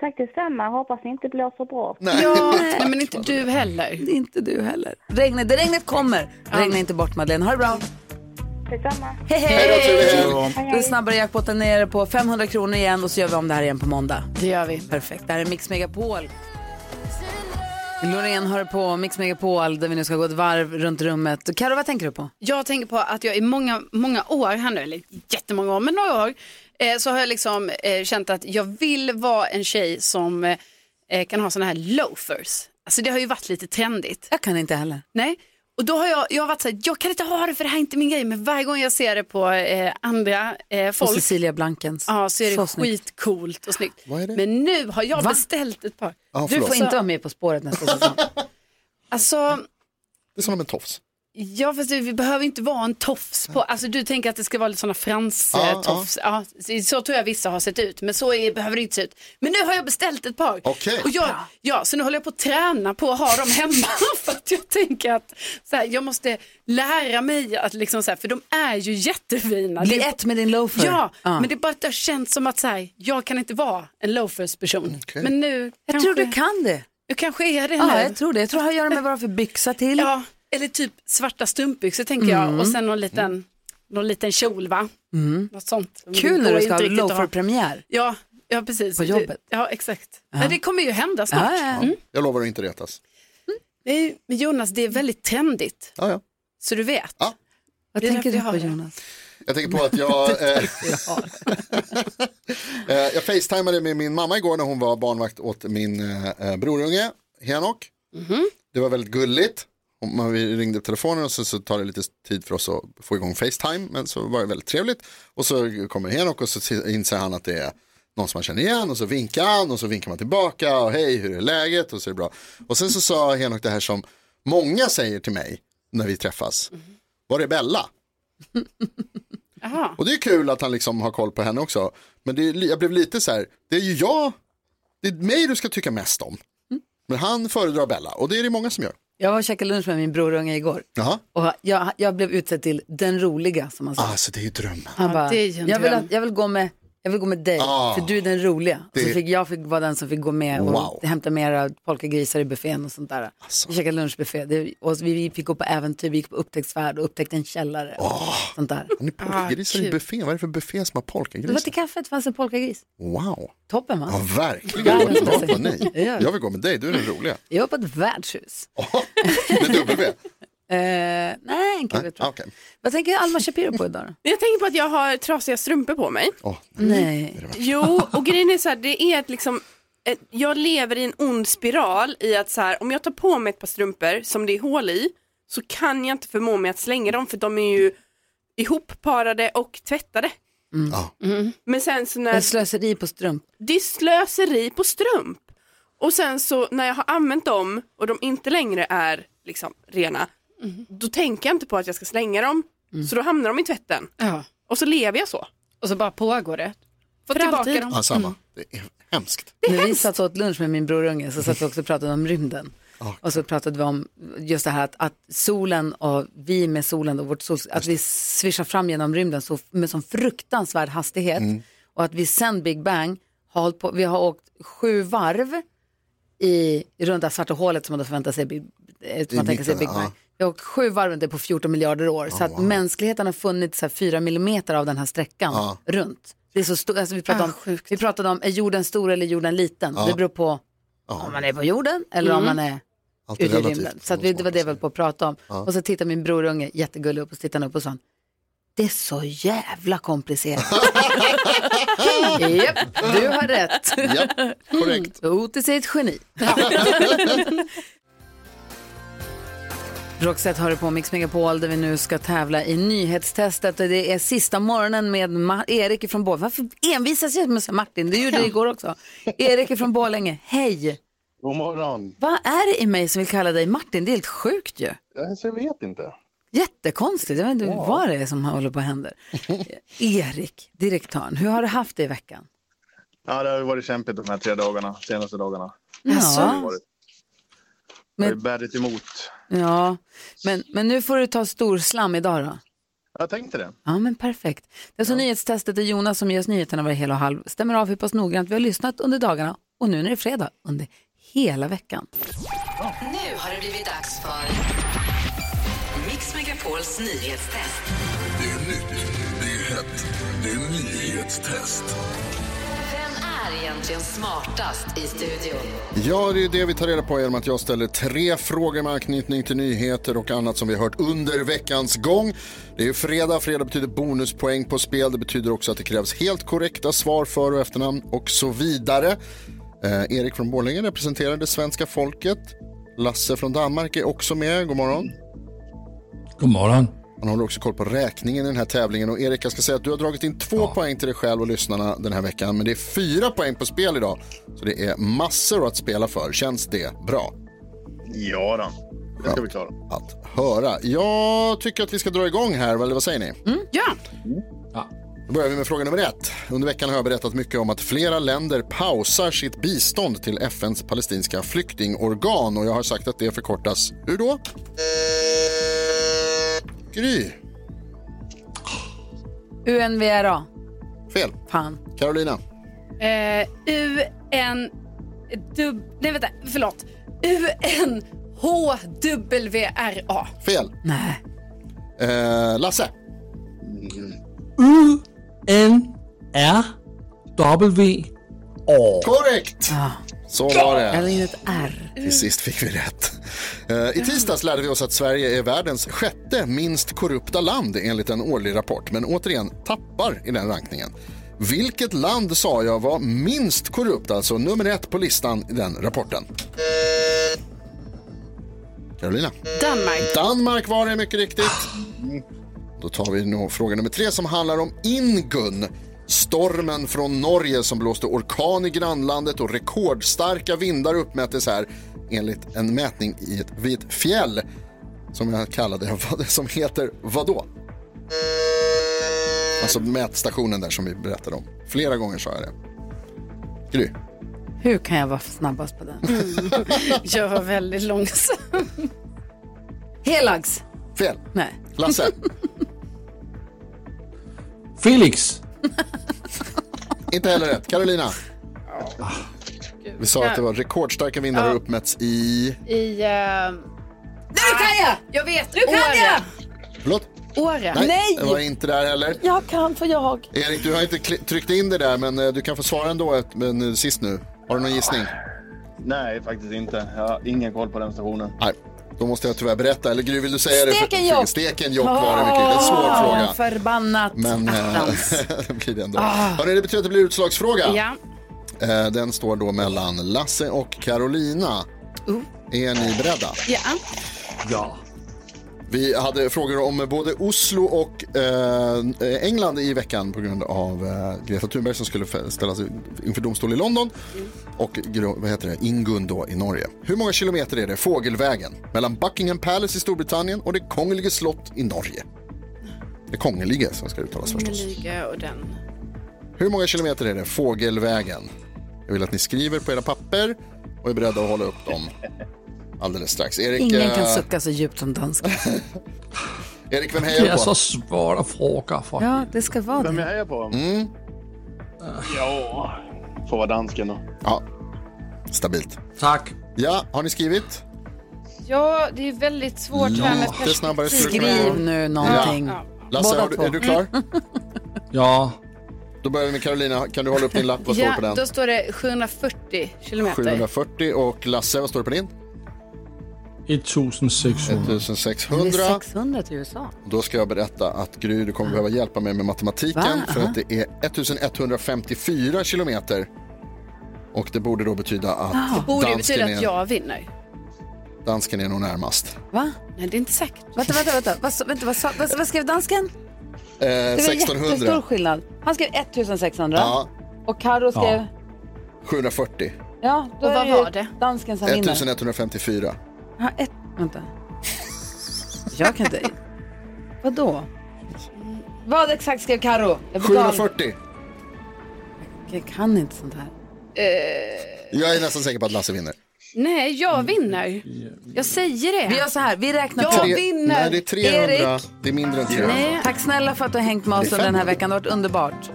[SPEAKER 14] Tack detsamma. Hoppas ni inte blir så bra.
[SPEAKER 2] *laughs* Ja, nej, men inte du heller.
[SPEAKER 1] Inte du heller. Regnet, det regnet kommer. Regna inte bort Madeleine. Ha det bra.
[SPEAKER 14] Detsamma.
[SPEAKER 1] Hej, hej!
[SPEAKER 14] Hej då, trevlig helg.
[SPEAKER 1] Då är snabbare jackpotten nere på 500 kronor igen och så gör vi om det här igen på måndag.
[SPEAKER 2] Det gör vi.
[SPEAKER 1] Perfekt. Det här är Mix Megapol. Loreen hör på Mix Megapol där vi nu ska gå ett varv runt rummet. Karo, vad tänker du på?
[SPEAKER 2] Jag tänker på att jag i många, många år här nu, eller jättemånga år, men några år, eh, så har jag liksom eh, känt att jag vill vara en tjej som eh, eh, kan ha sådana här loafers. Alltså det har ju varit lite trendigt.
[SPEAKER 1] Jag kan inte heller.
[SPEAKER 2] Nej, och då har jag, jag har varit så här, jag kan inte ha det för det här är inte min grej, men varje gång jag ser det på eh, andra eh, folk.
[SPEAKER 1] Och Cecilia Blankens.
[SPEAKER 2] Ja, så är det
[SPEAKER 1] Så snyggt.
[SPEAKER 2] skitcoolt och snyggt. Men nu har jag
[SPEAKER 1] Va?
[SPEAKER 2] beställt ett par.
[SPEAKER 1] du får inte vara med På spåret nästa
[SPEAKER 2] *laughs*
[SPEAKER 1] säsong.
[SPEAKER 2] Alltså,
[SPEAKER 3] Det är som en tofs.
[SPEAKER 2] Ja, fast det- vi behöver inte vara en tofs på. Alltså du tänker att det ska vara lite sådana
[SPEAKER 3] Ja,
[SPEAKER 2] frans-tofs. Ja, så- så tror jag vissa har sett ut, men så är, behöver det inte se ut. Men nu har jag beställt ett par.
[SPEAKER 3] Okej.
[SPEAKER 2] Och jag, ja, så nu håller jag på att träna på att ha dem hemma. *laughs* för att jag tänker att så här, jag måste lära mig att liksom så här, för de är ju jättefina.
[SPEAKER 1] Bli
[SPEAKER 2] Det är-
[SPEAKER 1] ett med din loafer.
[SPEAKER 2] Ja,
[SPEAKER 1] Ja.
[SPEAKER 2] men det är bara att det har känts som att så här, jag kan inte vara en loafers-person. Men nu
[SPEAKER 1] Jag
[SPEAKER 2] kanske...
[SPEAKER 1] tror du kan det.
[SPEAKER 2] Jag kanske är det
[SPEAKER 1] Ja,
[SPEAKER 2] nu.
[SPEAKER 1] jag tror det. Jag tror det har att göra med vad du har för byxa till.
[SPEAKER 2] Ja, eller typ svarta strumpbyxor tänker
[SPEAKER 1] Mm.
[SPEAKER 2] jag och sen någon liten, någon liten kjol va?
[SPEAKER 1] Mm.
[SPEAKER 2] Något sånt. Men det
[SPEAKER 1] Kul när
[SPEAKER 2] går
[SPEAKER 1] du
[SPEAKER 2] ju
[SPEAKER 1] ska
[SPEAKER 2] inte
[SPEAKER 1] ha
[SPEAKER 2] riktigt att ha.
[SPEAKER 1] loafer-premiär.
[SPEAKER 2] Ja, ja, precis.
[SPEAKER 1] På jobbet.
[SPEAKER 2] Ja, exakt.
[SPEAKER 1] Ja.
[SPEAKER 2] Nej, det kommer ju hända snart. Mm.
[SPEAKER 3] Jag lovar att inte retas.
[SPEAKER 2] Det är, ju- men Jonas, det är väldigt trendigt. Så du vet.
[SPEAKER 1] Vad
[SPEAKER 2] Det är
[SPEAKER 1] tänker
[SPEAKER 2] därför
[SPEAKER 1] du
[SPEAKER 2] jag har
[SPEAKER 1] på
[SPEAKER 2] det.
[SPEAKER 1] Jonas?
[SPEAKER 2] *laughs*
[SPEAKER 3] Jag tänker på att jag... eh, eh, jag facetimade med min mamma igår när hon var barnvakt åt min eh, eh, brorunge Henok. Det var väldigt gulligt. Hon- man- Vi ringde på telefonen och så, så tar det lite tid för oss att få igång Facetime. Men så var det väldigt trevligt. Och så kommer Henok och så se- inser han att det är någon som man känner igen och så vinkar han och så vinkar man tillbaka och hej hur är läget och så är det bra. Och sen så sa Henok det här som många säger till mig när vi träffas. Var är Bella? Och det är kul att han liksom har koll på henne också. Men det är, li- jag blev lite så här, det är ju jag, det är mig du ska tycka mest om.
[SPEAKER 1] Mm.
[SPEAKER 3] Men han föredrar Bella och det är det många som gör.
[SPEAKER 1] Jag var och käkade lunch med min brorunge igår
[SPEAKER 3] Jaha.
[SPEAKER 1] och jag, jag blev utsedd till den roliga som han sa.
[SPEAKER 3] Alltså det är ju drömmen.
[SPEAKER 1] Han bara,
[SPEAKER 2] det är ju en
[SPEAKER 1] jag, vill
[SPEAKER 2] dröm.
[SPEAKER 1] att, jag, vill gå med, jag vill gå med dig,
[SPEAKER 3] Ah.
[SPEAKER 1] för du är den roliga. Och så
[SPEAKER 3] Det-
[SPEAKER 1] fick jag fick vara den som fick gå med och
[SPEAKER 3] Wow. Alltså.
[SPEAKER 1] hämta mera polkagrisar i buffén och sånt där. Vi käkade lunchbuffé det, och vi, vi fick gå på äventyr, vi gick på upptäcktsfärd och upptäckte en källare.
[SPEAKER 3] Ah.
[SPEAKER 1] och Sånt där. Ah,
[SPEAKER 3] Polkagrisar i buffén, vad är det för buffé som har
[SPEAKER 1] Det var till
[SPEAKER 3] polkagrisar?
[SPEAKER 1] kaffet fanns en polkagris.
[SPEAKER 3] Wow,
[SPEAKER 1] Toppen va?
[SPEAKER 3] ja, verkligen underbart vad ni.
[SPEAKER 1] Ja.
[SPEAKER 3] Jag vill gå med dig, du är den
[SPEAKER 1] *laughs*
[SPEAKER 3] roliga.
[SPEAKER 1] Jag var på ett värdshus.
[SPEAKER 3] Ah. Med W?
[SPEAKER 1] Eh, nej, en kille
[SPEAKER 3] Nej,
[SPEAKER 1] tror jag.
[SPEAKER 3] okej.
[SPEAKER 1] Vad tänker Alma Shapiro på idag då?
[SPEAKER 16] Jag tänker på att jag har trasiga strumpor på mig.
[SPEAKER 3] Ah,
[SPEAKER 1] Nej.
[SPEAKER 16] Jo, och grejen är så här, det är ett liksom ett, jag lever i en ond spiral i att så här, om jag tar på mig ett par strumpor som det är hål i så kan jag inte förmå mig att slänga dem för de är ju ihopparade och tvättade.
[SPEAKER 1] Mm.
[SPEAKER 16] Men sen så när
[SPEAKER 1] Jag slösade i på strump.
[SPEAKER 16] det är slöseri på strump. Och sen så när jag har använt dem och de inte längre är liksom rena, då tänker jag inte på att jag ska slänga dem. Så då hamnar de i tvätten. Och så lever jag så.
[SPEAKER 2] Och så bara pågår det.
[SPEAKER 16] Får
[SPEAKER 2] För
[SPEAKER 16] tillbaka
[SPEAKER 2] alltid.
[SPEAKER 16] dem.
[SPEAKER 3] Ja,
[SPEAKER 1] Mm.
[SPEAKER 3] samma. Det är hemskt.
[SPEAKER 1] När vi satt och åt lunch med min brorunge så satt vi också och pratade om rymden. Och så pratade vi om just det här att, att solen och vi med solen och vårt sol, att vi svischar fram genom rymden så, med sån fruktansvärd hastighet.
[SPEAKER 4] Mm.
[SPEAKER 1] Och att vi sen Big Bang har hållit på, vi har ååkt sju varv i runt det här svarta hålet som man då förväntar sig, bli- eh, som man
[SPEAKER 4] I
[SPEAKER 1] tänker sig
[SPEAKER 4] mitten,
[SPEAKER 1] Big Bang.
[SPEAKER 4] ja.
[SPEAKER 1] Vi har åkt sju varv runt det på 14 miljarder år. så att mänskligheten har funnit så här 4 millimeter av den här sträckan
[SPEAKER 4] Ja.
[SPEAKER 1] runt. Det är så stor, alltså vi, pratade
[SPEAKER 4] Ah,
[SPEAKER 1] om, vi pratade om, är jorden stor eller är jorden liten?
[SPEAKER 4] Ja.
[SPEAKER 1] Det beror på om man är på jorden eller om
[SPEAKER 4] Mm.
[SPEAKER 1] man är
[SPEAKER 4] Allt är
[SPEAKER 1] ute i
[SPEAKER 4] relativt,
[SPEAKER 1] rymden. Så att vi, det var det vi höll på att prata om.
[SPEAKER 4] Ja.
[SPEAKER 1] Och så tittar min brorunge jättegullig upp och så tittar han upp och sa, det är så
[SPEAKER 4] *laughs*
[SPEAKER 1] jävla komplicerat. Japp, du har rätt.
[SPEAKER 4] Japp,
[SPEAKER 1] *laughs* korrekt. Otis är ett geni. Roxette hör på Mix Megapol där vi nu ska tävla i nyhetstestet och det är sista morgonen med Ma- Erik från Borlänge. Varför envisas jag med att säga Martin? Du gjorde det igår också. Erik från Borlänge, hej!
[SPEAKER 17] God morgon.
[SPEAKER 1] Vad är det i mig som vill kalla dig Martin? Det är helt sjukt ju.
[SPEAKER 17] Alltså, Jag vet inte.
[SPEAKER 1] Jättekonstigt, jag vet inte
[SPEAKER 17] Ja.
[SPEAKER 1] vad det är som håller på
[SPEAKER 17] *laughs*
[SPEAKER 1] att hända. Erik, direktören, hur har du haft det i veckan?
[SPEAKER 17] Ja, det har ju varit kämpigt de här tre dagarna, senaste dagarna.
[SPEAKER 1] Ja.
[SPEAKER 17] Det har ju varit. Det har ju
[SPEAKER 1] Men-
[SPEAKER 17] bärit emot.
[SPEAKER 1] Ja, men, men nu får du ta stor slam idag då.
[SPEAKER 17] Jag tänkte det.
[SPEAKER 1] Ja, men perfekt. Det är alltså nyhetstestet där Jonas som ger oss nyheterna varje hel och halv stämmer av hur pass noggrant vi har lyssnat under dagarna och nu när det är fredag under hela veckan.
[SPEAKER 15] Nu har det blivit dags för Mix Megapols nyhetstest.
[SPEAKER 18] Det är nytt, det är hett, det är nyhetstest.
[SPEAKER 15] Vem är egentligen smartast i studion?
[SPEAKER 3] Ja, det är ju det vi tar reda på genom att jag ställer tre frågor med anknytning till nyheter och annat som vi har hört under veckans gång. Det är ju fredag, fredag betyder bonuspoäng på spel. Det betyder också att det krävs helt korrekta svar för och efternamn och så vidare. Eh, Erik från Borlänge representerar det svenska folket. Lasse från Danmark är också med. God morgon.
[SPEAKER 8] God morgon.
[SPEAKER 3] Man håller också koll på räkningen i den här tävlingen. Och Erik, jag ska säga att du har dragit in två poäng till dig själv och lyssnarna den här veckan. Men det är fyra poäng på spel idag. Så det är massor att spela för. Känns det bra?
[SPEAKER 17] Ja då. Det ska vi klara.
[SPEAKER 3] Att höra. Jag tycker att vi ska dra igång här, eller vad säger ni?
[SPEAKER 2] Ja.
[SPEAKER 3] Då börjar vi med fråga nummer ett. Under veckan har jag berättat mycket om att flera länder pausar sitt bistånd till FNs palestinska flyktingorgan och jag har sagt att det förkortas hur då? Gry.
[SPEAKER 1] UNVRA.
[SPEAKER 3] Fel.
[SPEAKER 1] Fan.
[SPEAKER 3] Carolina.
[SPEAKER 2] Eh, UN... Dub... Nej, vänta. Förlåt. U-N-H-W-R-A.
[SPEAKER 3] Fel.
[SPEAKER 1] Nej.
[SPEAKER 3] Eh, Lasse.
[SPEAKER 14] U-N-R-W-A.
[SPEAKER 3] Korrekt! Så var
[SPEAKER 1] Jag
[SPEAKER 3] det.
[SPEAKER 1] ringde ett R.
[SPEAKER 3] Till sist fick vi rätt. Eh, I tisdags lärde vi oss att Sverige är världens sjätte minst korrupta land enligt en årlig rapport, men återigen tappar i den rankningen. Vilket land sa jag var minst korrupt, alltså nummer ett på listan i den rapporten? Carolina.
[SPEAKER 2] Danmark.
[SPEAKER 3] Danmark var det mycket riktigt. Då tar vi nog fråga nummer tre som handlar om Ingun. Stormen från Norge som blåste orkan i grannlandet och rekordstarka vindar uppmättes här enligt en mätning i ett, vid ett fjäll som jag kallade *laughs* vad- som heter vadå? Alltså mätstationen där som vi berättade om. Flera gånger sa jag det. Gry.
[SPEAKER 1] Hur kan jag vara snabbast på den?
[SPEAKER 2] Mm, Jag var väldigt *laughs* långsam.
[SPEAKER 1] Helags.
[SPEAKER 3] Fel.
[SPEAKER 1] Nej.
[SPEAKER 3] Lasse.
[SPEAKER 14] Felix.
[SPEAKER 3] Inte heller rätt. Carolina. Vi sa att det var rekordstarka vindar har
[SPEAKER 2] Ja.
[SPEAKER 3] uppmätts i...
[SPEAKER 2] I...
[SPEAKER 1] Nu kan jag!
[SPEAKER 2] Jag vet.
[SPEAKER 1] Nu kan jag!
[SPEAKER 3] Förlåt?
[SPEAKER 2] Åre.
[SPEAKER 3] det var inte där heller.
[SPEAKER 1] Jag kan för jag.
[SPEAKER 3] Erik, du har inte kli- tryckt in det där, men eh, du kan få svara ändå ett, men, eh, sist nu. Har du någon gissning?
[SPEAKER 12] Nej, faktiskt inte. Jag har ingen koll på den stationen.
[SPEAKER 3] Nej, då måste jag tyvärr berätta. Eller Gry, vill du säga det? För-
[SPEAKER 1] Stekenjokk.
[SPEAKER 3] för- Stekenjokk var det, vilket är en svår
[SPEAKER 1] Åh,
[SPEAKER 3] fråga.
[SPEAKER 1] Förbannat.
[SPEAKER 3] Men eh,
[SPEAKER 1] Attans.
[SPEAKER 3] *laughs* det blir det ändå.
[SPEAKER 1] Ah.
[SPEAKER 3] Hörrni, det betyder att det blir utslagsfråga.
[SPEAKER 2] Ja.
[SPEAKER 3] Eh, Den står då mellan Lasse och Carolina. Är ni beredda?
[SPEAKER 2] Ja.
[SPEAKER 3] Ja. Vi hade frågor om både Oslo och eh, England i veckan på grund av eh, Greta Thunberg som skulle fä- ställas inför domstol i London och Gro- vad heter det? Ingun då i Norge. Hur många kilometer är det fågelvägen mellan Buckingham Palace i Storbritannien och det kongelige slott i Norge? Det kongelige som ska uttalas förstås.
[SPEAKER 2] Liga och den.
[SPEAKER 3] Hur många kilometer är det fågelvägen? Jag vill att ni skriver på era papper och är beredda att hålla upp dem alldeles strax. Erik,
[SPEAKER 1] Ingen
[SPEAKER 3] eh,
[SPEAKER 1] kan sucka så djupt som
[SPEAKER 3] *laughs*
[SPEAKER 1] danskar.
[SPEAKER 3] Erik vem hejar
[SPEAKER 7] Det
[SPEAKER 3] du
[SPEAKER 7] är
[SPEAKER 3] på?
[SPEAKER 7] så svåra frågor. För.
[SPEAKER 1] Ja, det ska vara
[SPEAKER 12] Vem jag
[SPEAKER 1] det.
[SPEAKER 12] hejar på?
[SPEAKER 3] Mm.
[SPEAKER 12] Ja, får vara dansken då.
[SPEAKER 3] Ja, stabilt.
[SPEAKER 14] Tack.
[SPEAKER 3] Ja, har ni skrivit?
[SPEAKER 2] Ja, det är väldigt
[SPEAKER 18] Mm,
[SPEAKER 2] svårt här med
[SPEAKER 3] Lite snabbare skulle det kunna
[SPEAKER 1] Skriv
[SPEAKER 3] gå.
[SPEAKER 1] nu någonting.
[SPEAKER 3] Ja. Lasse,
[SPEAKER 1] Båda
[SPEAKER 3] har du,
[SPEAKER 1] två.
[SPEAKER 3] är du klar?
[SPEAKER 14] Ja.
[SPEAKER 3] Då börjar vi med Carolina. Kan du hålla upp din lapp? Vad står det på
[SPEAKER 2] Ja,
[SPEAKER 3] den?
[SPEAKER 2] då står det 740 kilometer.
[SPEAKER 3] 740 och Lasse, vad står det på din?
[SPEAKER 1] Mm.
[SPEAKER 14] 1600.
[SPEAKER 3] 1600.
[SPEAKER 1] Det är 600 till USA.
[SPEAKER 3] Då ska jag berätta att Gry, du
[SPEAKER 2] Ah.
[SPEAKER 3] kommer behöva hjälpa mig med matematiken
[SPEAKER 1] Va?
[SPEAKER 3] för att det är 1154 kilometer. Och det borde då betyda att
[SPEAKER 2] Ah. Det borde ju
[SPEAKER 3] dansken,
[SPEAKER 2] betyda att
[SPEAKER 3] är,
[SPEAKER 2] jag vinner.
[SPEAKER 3] dansken är nog närmast. Eh,
[SPEAKER 1] Va?
[SPEAKER 2] Nej, det är inte säkert.
[SPEAKER 1] Vänta, vänta, vänta. Vad, sa- vänta, vad, sa- vad, vad skrev dansken?
[SPEAKER 3] Eh,
[SPEAKER 1] Det var
[SPEAKER 3] 1600.
[SPEAKER 1] jättestor skillnad. Han skrev 1600
[SPEAKER 3] Ja,
[SPEAKER 1] och Karo skrev...
[SPEAKER 3] 740.
[SPEAKER 1] Ja, då
[SPEAKER 2] Och vad
[SPEAKER 1] är ju
[SPEAKER 2] var det?
[SPEAKER 1] Dansken som vinner.
[SPEAKER 3] 1154.
[SPEAKER 1] Ja, ett... Vänta. Jag kan inte... Vadå? Vad exakt skrev Karo? Jag blir galen.
[SPEAKER 3] 740.
[SPEAKER 1] Jag kan inte sånt här.
[SPEAKER 3] Jag är nästan säker på att Lasse vinner.
[SPEAKER 2] Nej,
[SPEAKER 18] Mm.
[SPEAKER 2] jag vinner. Jag säger det.
[SPEAKER 1] Vi gör så här, vi räknar
[SPEAKER 2] Jag
[SPEAKER 1] på.
[SPEAKER 3] Tre-
[SPEAKER 2] vinner.
[SPEAKER 3] Nej, det är 300.
[SPEAKER 1] Erik.
[SPEAKER 3] Det är mindre än 300.
[SPEAKER 2] Nej.
[SPEAKER 1] Tack snälla för att du har hängt med oss
[SPEAKER 3] Det är
[SPEAKER 1] under den här
[SPEAKER 3] fem.
[SPEAKER 1] veckan. Det har varit underbart.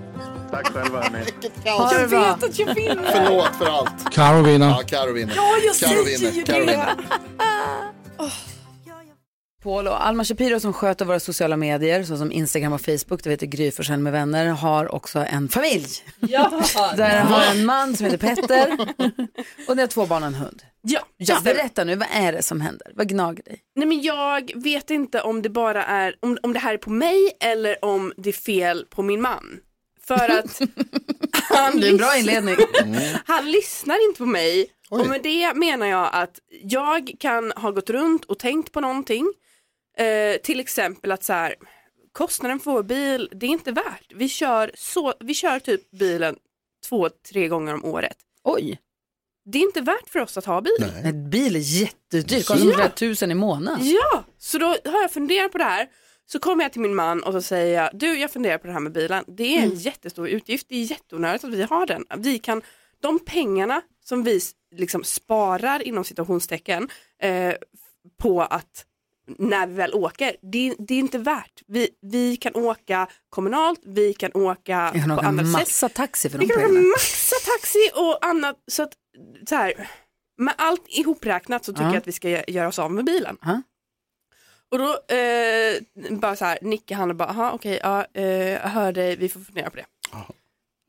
[SPEAKER 12] Tack själva hörni.
[SPEAKER 1] Ha det bra.
[SPEAKER 2] att jag vinner.
[SPEAKER 3] Förlåt för allt.
[SPEAKER 14] Karo vinner.
[SPEAKER 3] Ja, Karo vinner.
[SPEAKER 2] Ja, jag
[SPEAKER 3] Karo
[SPEAKER 2] säger
[SPEAKER 3] vinner.
[SPEAKER 2] ju
[SPEAKER 3] Karo
[SPEAKER 2] det.
[SPEAKER 3] vinner.
[SPEAKER 1] *laughs* Paul och Alma Shapiro som sköter våra sociala medier såsom Instagram och Facebook, det heter Gry Forssell med vänner, har också en familj. *laughs* Där har en man som heter *laughs* Petter och ni har två barn och en hund.
[SPEAKER 16] Ja,
[SPEAKER 1] Ja,
[SPEAKER 16] just det.
[SPEAKER 1] berätta nu, vad är det som händer? Vad gnager dig?
[SPEAKER 16] Nej men jag vet inte om det bara är, om, om det här är på mig eller om det är fel på min man. För
[SPEAKER 1] *laughs*
[SPEAKER 16] att han,
[SPEAKER 1] Det är en bra
[SPEAKER 16] lys-
[SPEAKER 1] inledning.
[SPEAKER 16] han lyssnar inte på mig.
[SPEAKER 3] Oj.
[SPEAKER 16] Och med det menar jag att jag kan ha gått runt och tänkt på någonting. Eh, till exempel att så här, kostnaden för vår bil, det är inte värt. Vi kör, så, vi kör typ bilen två, tre gånger om året.
[SPEAKER 1] *laughs* Oj,
[SPEAKER 16] Det är inte värt för oss att ha bil.
[SPEAKER 3] Nej.
[SPEAKER 1] en bil är jättedyrt, kostar flera tusen i månaden.
[SPEAKER 16] Ja, så då har jag funderat på det här. Så kommer jag till min man och så säger jag, du jag funderar på det här med bilen. Det är en
[SPEAKER 1] Mm.
[SPEAKER 16] jättestor utgift, det är jätteonödigt att vi har den. Vi kan, de pengarna som vi s- liksom sparar inom situationstecken eh, på att när vi väl åker, det, det är inte värt. Vi, vi kan åka kommunalt, vi kan åka
[SPEAKER 1] Jag kan
[SPEAKER 16] på
[SPEAKER 1] åka
[SPEAKER 16] andra sätt.
[SPEAKER 1] massa taxi för
[SPEAKER 16] Vi
[SPEAKER 1] de
[SPEAKER 16] kan åka
[SPEAKER 1] pengarna.
[SPEAKER 16] massa taxi och annat. Så att, så här, med allt ihopräknat så tycker
[SPEAKER 1] Ja.
[SPEAKER 16] jag att vi ska gö- göra oss av med bilen. Och då eh, bara så här, nickar han och bara, aha, okej, ja, eh, jag hör dig, vi får fundera på det.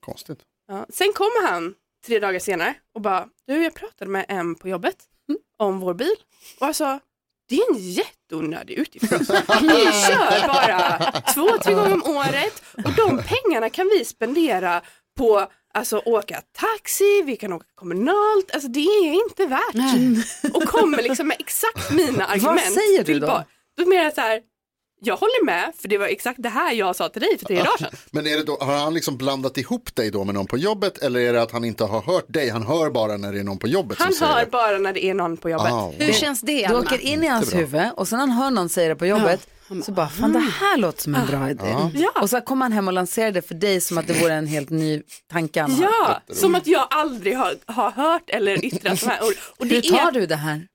[SPEAKER 3] Konstigt.
[SPEAKER 16] Ja. Sen kommer han tre dagar senare och bara, du jag pratade med en på jobbet
[SPEAKER 1] Mm.
[SPEAKER 16] om vår bil och jag sa, det är en jätteonödig
[SPEAKER 1] *laughs*
[SPEAKER 16] utgift. Vi kör bara två, tre gånger om året och de pengarna kan vi spendera på Alltså åka taxi, vi kan åka kommunalt, alltså det är inte värt. Och kommer liksom med exakt mina
[SPEAKER 1] Vad
[SPEAKER 16] argument.
[SPEAKER 1] säger du
[SPEAKER 16] till
[SPEAKER 1] då?
[SPEAKER 16] bar- Då menar jag så här, jag håller med för det var exakt det här jag sa till dig för tre dagar sedan.
[SPEAKER 3] Men är det då, har han liksom blandat ihop dig då med någon på jobbet eller är det att han inte har hört dig? Han hör bara när det är någon på jobbet
[SPEAKER 16] Han
[SPEAKER 3] som
[SPEAKER 16] hör
[SPEAKER 3] säger
[SPEAKER 16] bara när det är någon på jobbet.
[SPEAKER 3] Ah,
[SPEAKER 4] Hur känns det,
[SPEAKER 1] Du
[SPEAKER 4] Anna?
[SPEAKER 1] åker in i hans
[SPEAKER 4] Jättebra.
[SPEAKER 1] huvud och sen när han hör någon säga det på jobbet så bara, fan det här låter som en bra idé.
[SPEAKER 4] "Mm." Ah. Ja.
[SPEAKER 1] Och så kommer han hem och lanserar det för dig som att det vore en helt ny tanke han har.
[SPEAKER 16] Ja, som att jag aldrig har, har hört eller yttrat de här ord. Och
[SPEAKER 1] Hur
[SPEAKER 16] det
[SPEAKER 1] tar
[SPEAKER 16] är,
[SPEAKER 1] du det här?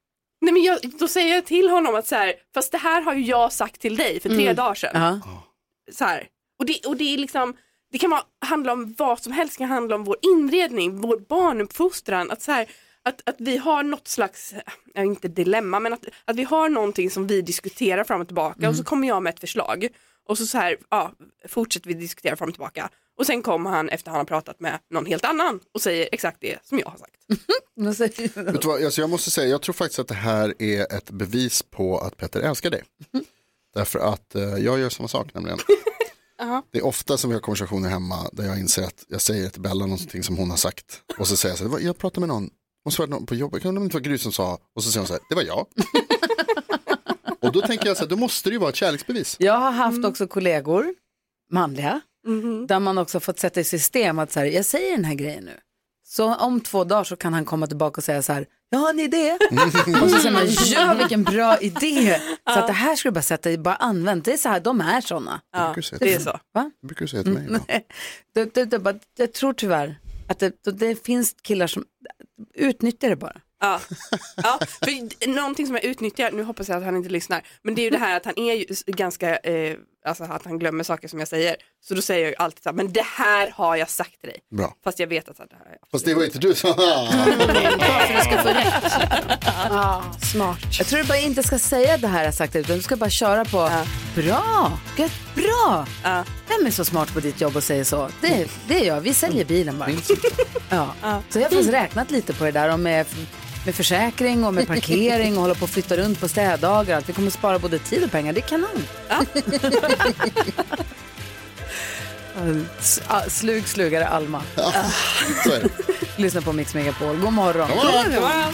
[SPEAKER 16] nej men jag, då säger jag till honom att så här, fast det här har ju jag sagt till dig för tre
[SPEAKER 1] Mm.
[SPEAKER 16] dagar sedan.
[SPEAKER 1] Ja.
[SPEAKER 16] Så här. Och, det, och det är liksom, det kan vara, handla om vad som helst, det kan handla om vår inredning, vår barnuppfostran, att så här, att, att vi har något slags, ja, inte dilemma, men att, att vi har någonting som vi diskuterar fram och tillbaka och så kommer jag med ett förslag och så, så här, ja, fortsätter vi diskutera fram och tillbaka och sen kommer han efter han har pratat med någon helt annan och säger exakt det som jag har sagt.
[SPEAKER 1] Vad säger du?
[SPEAKER 3] Vet du vad, alltså jag måste säga, jag tror faktiskt att det här är ett bevis på att Petter älskar dig. Därför att eh, jag gör samma sak nämligen.
[SPEAKER 16] Jaha.
[SPEAKER 3] Det är ofta som vi har konversationer hemma där jag inser att jag säger till Bella någonting som hon har sagt och så säger jag så här, "Det var- jag pratade med någon, måste vara någon på jobbet, kan det inte vara Gry som sa, och så säger hon så här, det var jag. och då tänker jag så här, då måste det ju vara ett kärleksbevis.
[SPEAKER 1] Jag har haft
[SPEAKER 16] Mm.
[SPEAKER 1] också kollegor, manliga,
[SPEAKER 16] Mm-hmm.
[SPEAKER 1] där man också fått sätta i system att så här, jag säger den här grejen nu. Så om två dagar så kan han komma tillbaka och säga så här, jag har en idé.
[SPEAKER 3] *laughs*
[SPEAKER 1] och så säger man,
[SPEAKER 16] Mm.
[SPEAKER 1] ja vilken bra idé. Så att det här ska du bara sätta i, bara använd, det är så här, de är sådana.
[SPEAKER 3] Ja,
[SPEAKER 1] Det är så. Va?
[SPEAKER 3] Det brukar du säga till mig. ibland.
[SPEAKER 1] Nej, det, det, det, bara- jag tror tyvärr att det, det finns killar som utnyttjar det bara.
[SPEAKER 16] Ja. ja, för någonting som jag utnyttjar, nu hoppas jag att han inte lyssnar, men det är ju det här att han är ju s- ganska, eh, alltså att han glömmer saker som jag säger. Så då säger jag ju alltid så här, men det här har jag sagt till dig.
[SPEAKER 3] Bra.
[SPEAKER 16] Fast jag vet att det här
[SPEAKER 3] Fast det var inte du som... *laughs*
[SPEAKER 16] Smart.
[SPEAKER 1] Jag tror du bara inte ska säga det här jag sagt utan du ska bara köra på bra, gött, bra. Vem är så smart på ditt jobb och säger så? Det, det är jag, vi säljer bilen bara. Ja. Så jag har faktiskt räknat lite på det där och med, med försäkring och med parkering och hålla på och flytta runt på städdagar. Att vi kommer spara både tid och pengar, det är kanon. *laughs* S- ah, Slug slugare Alma.
[SPEAKER 3] så är det.
[SPEAKER 1] Lyssna på Mix Megapol. God morgon.
[SPEAKER 3] God morgon. God morgon.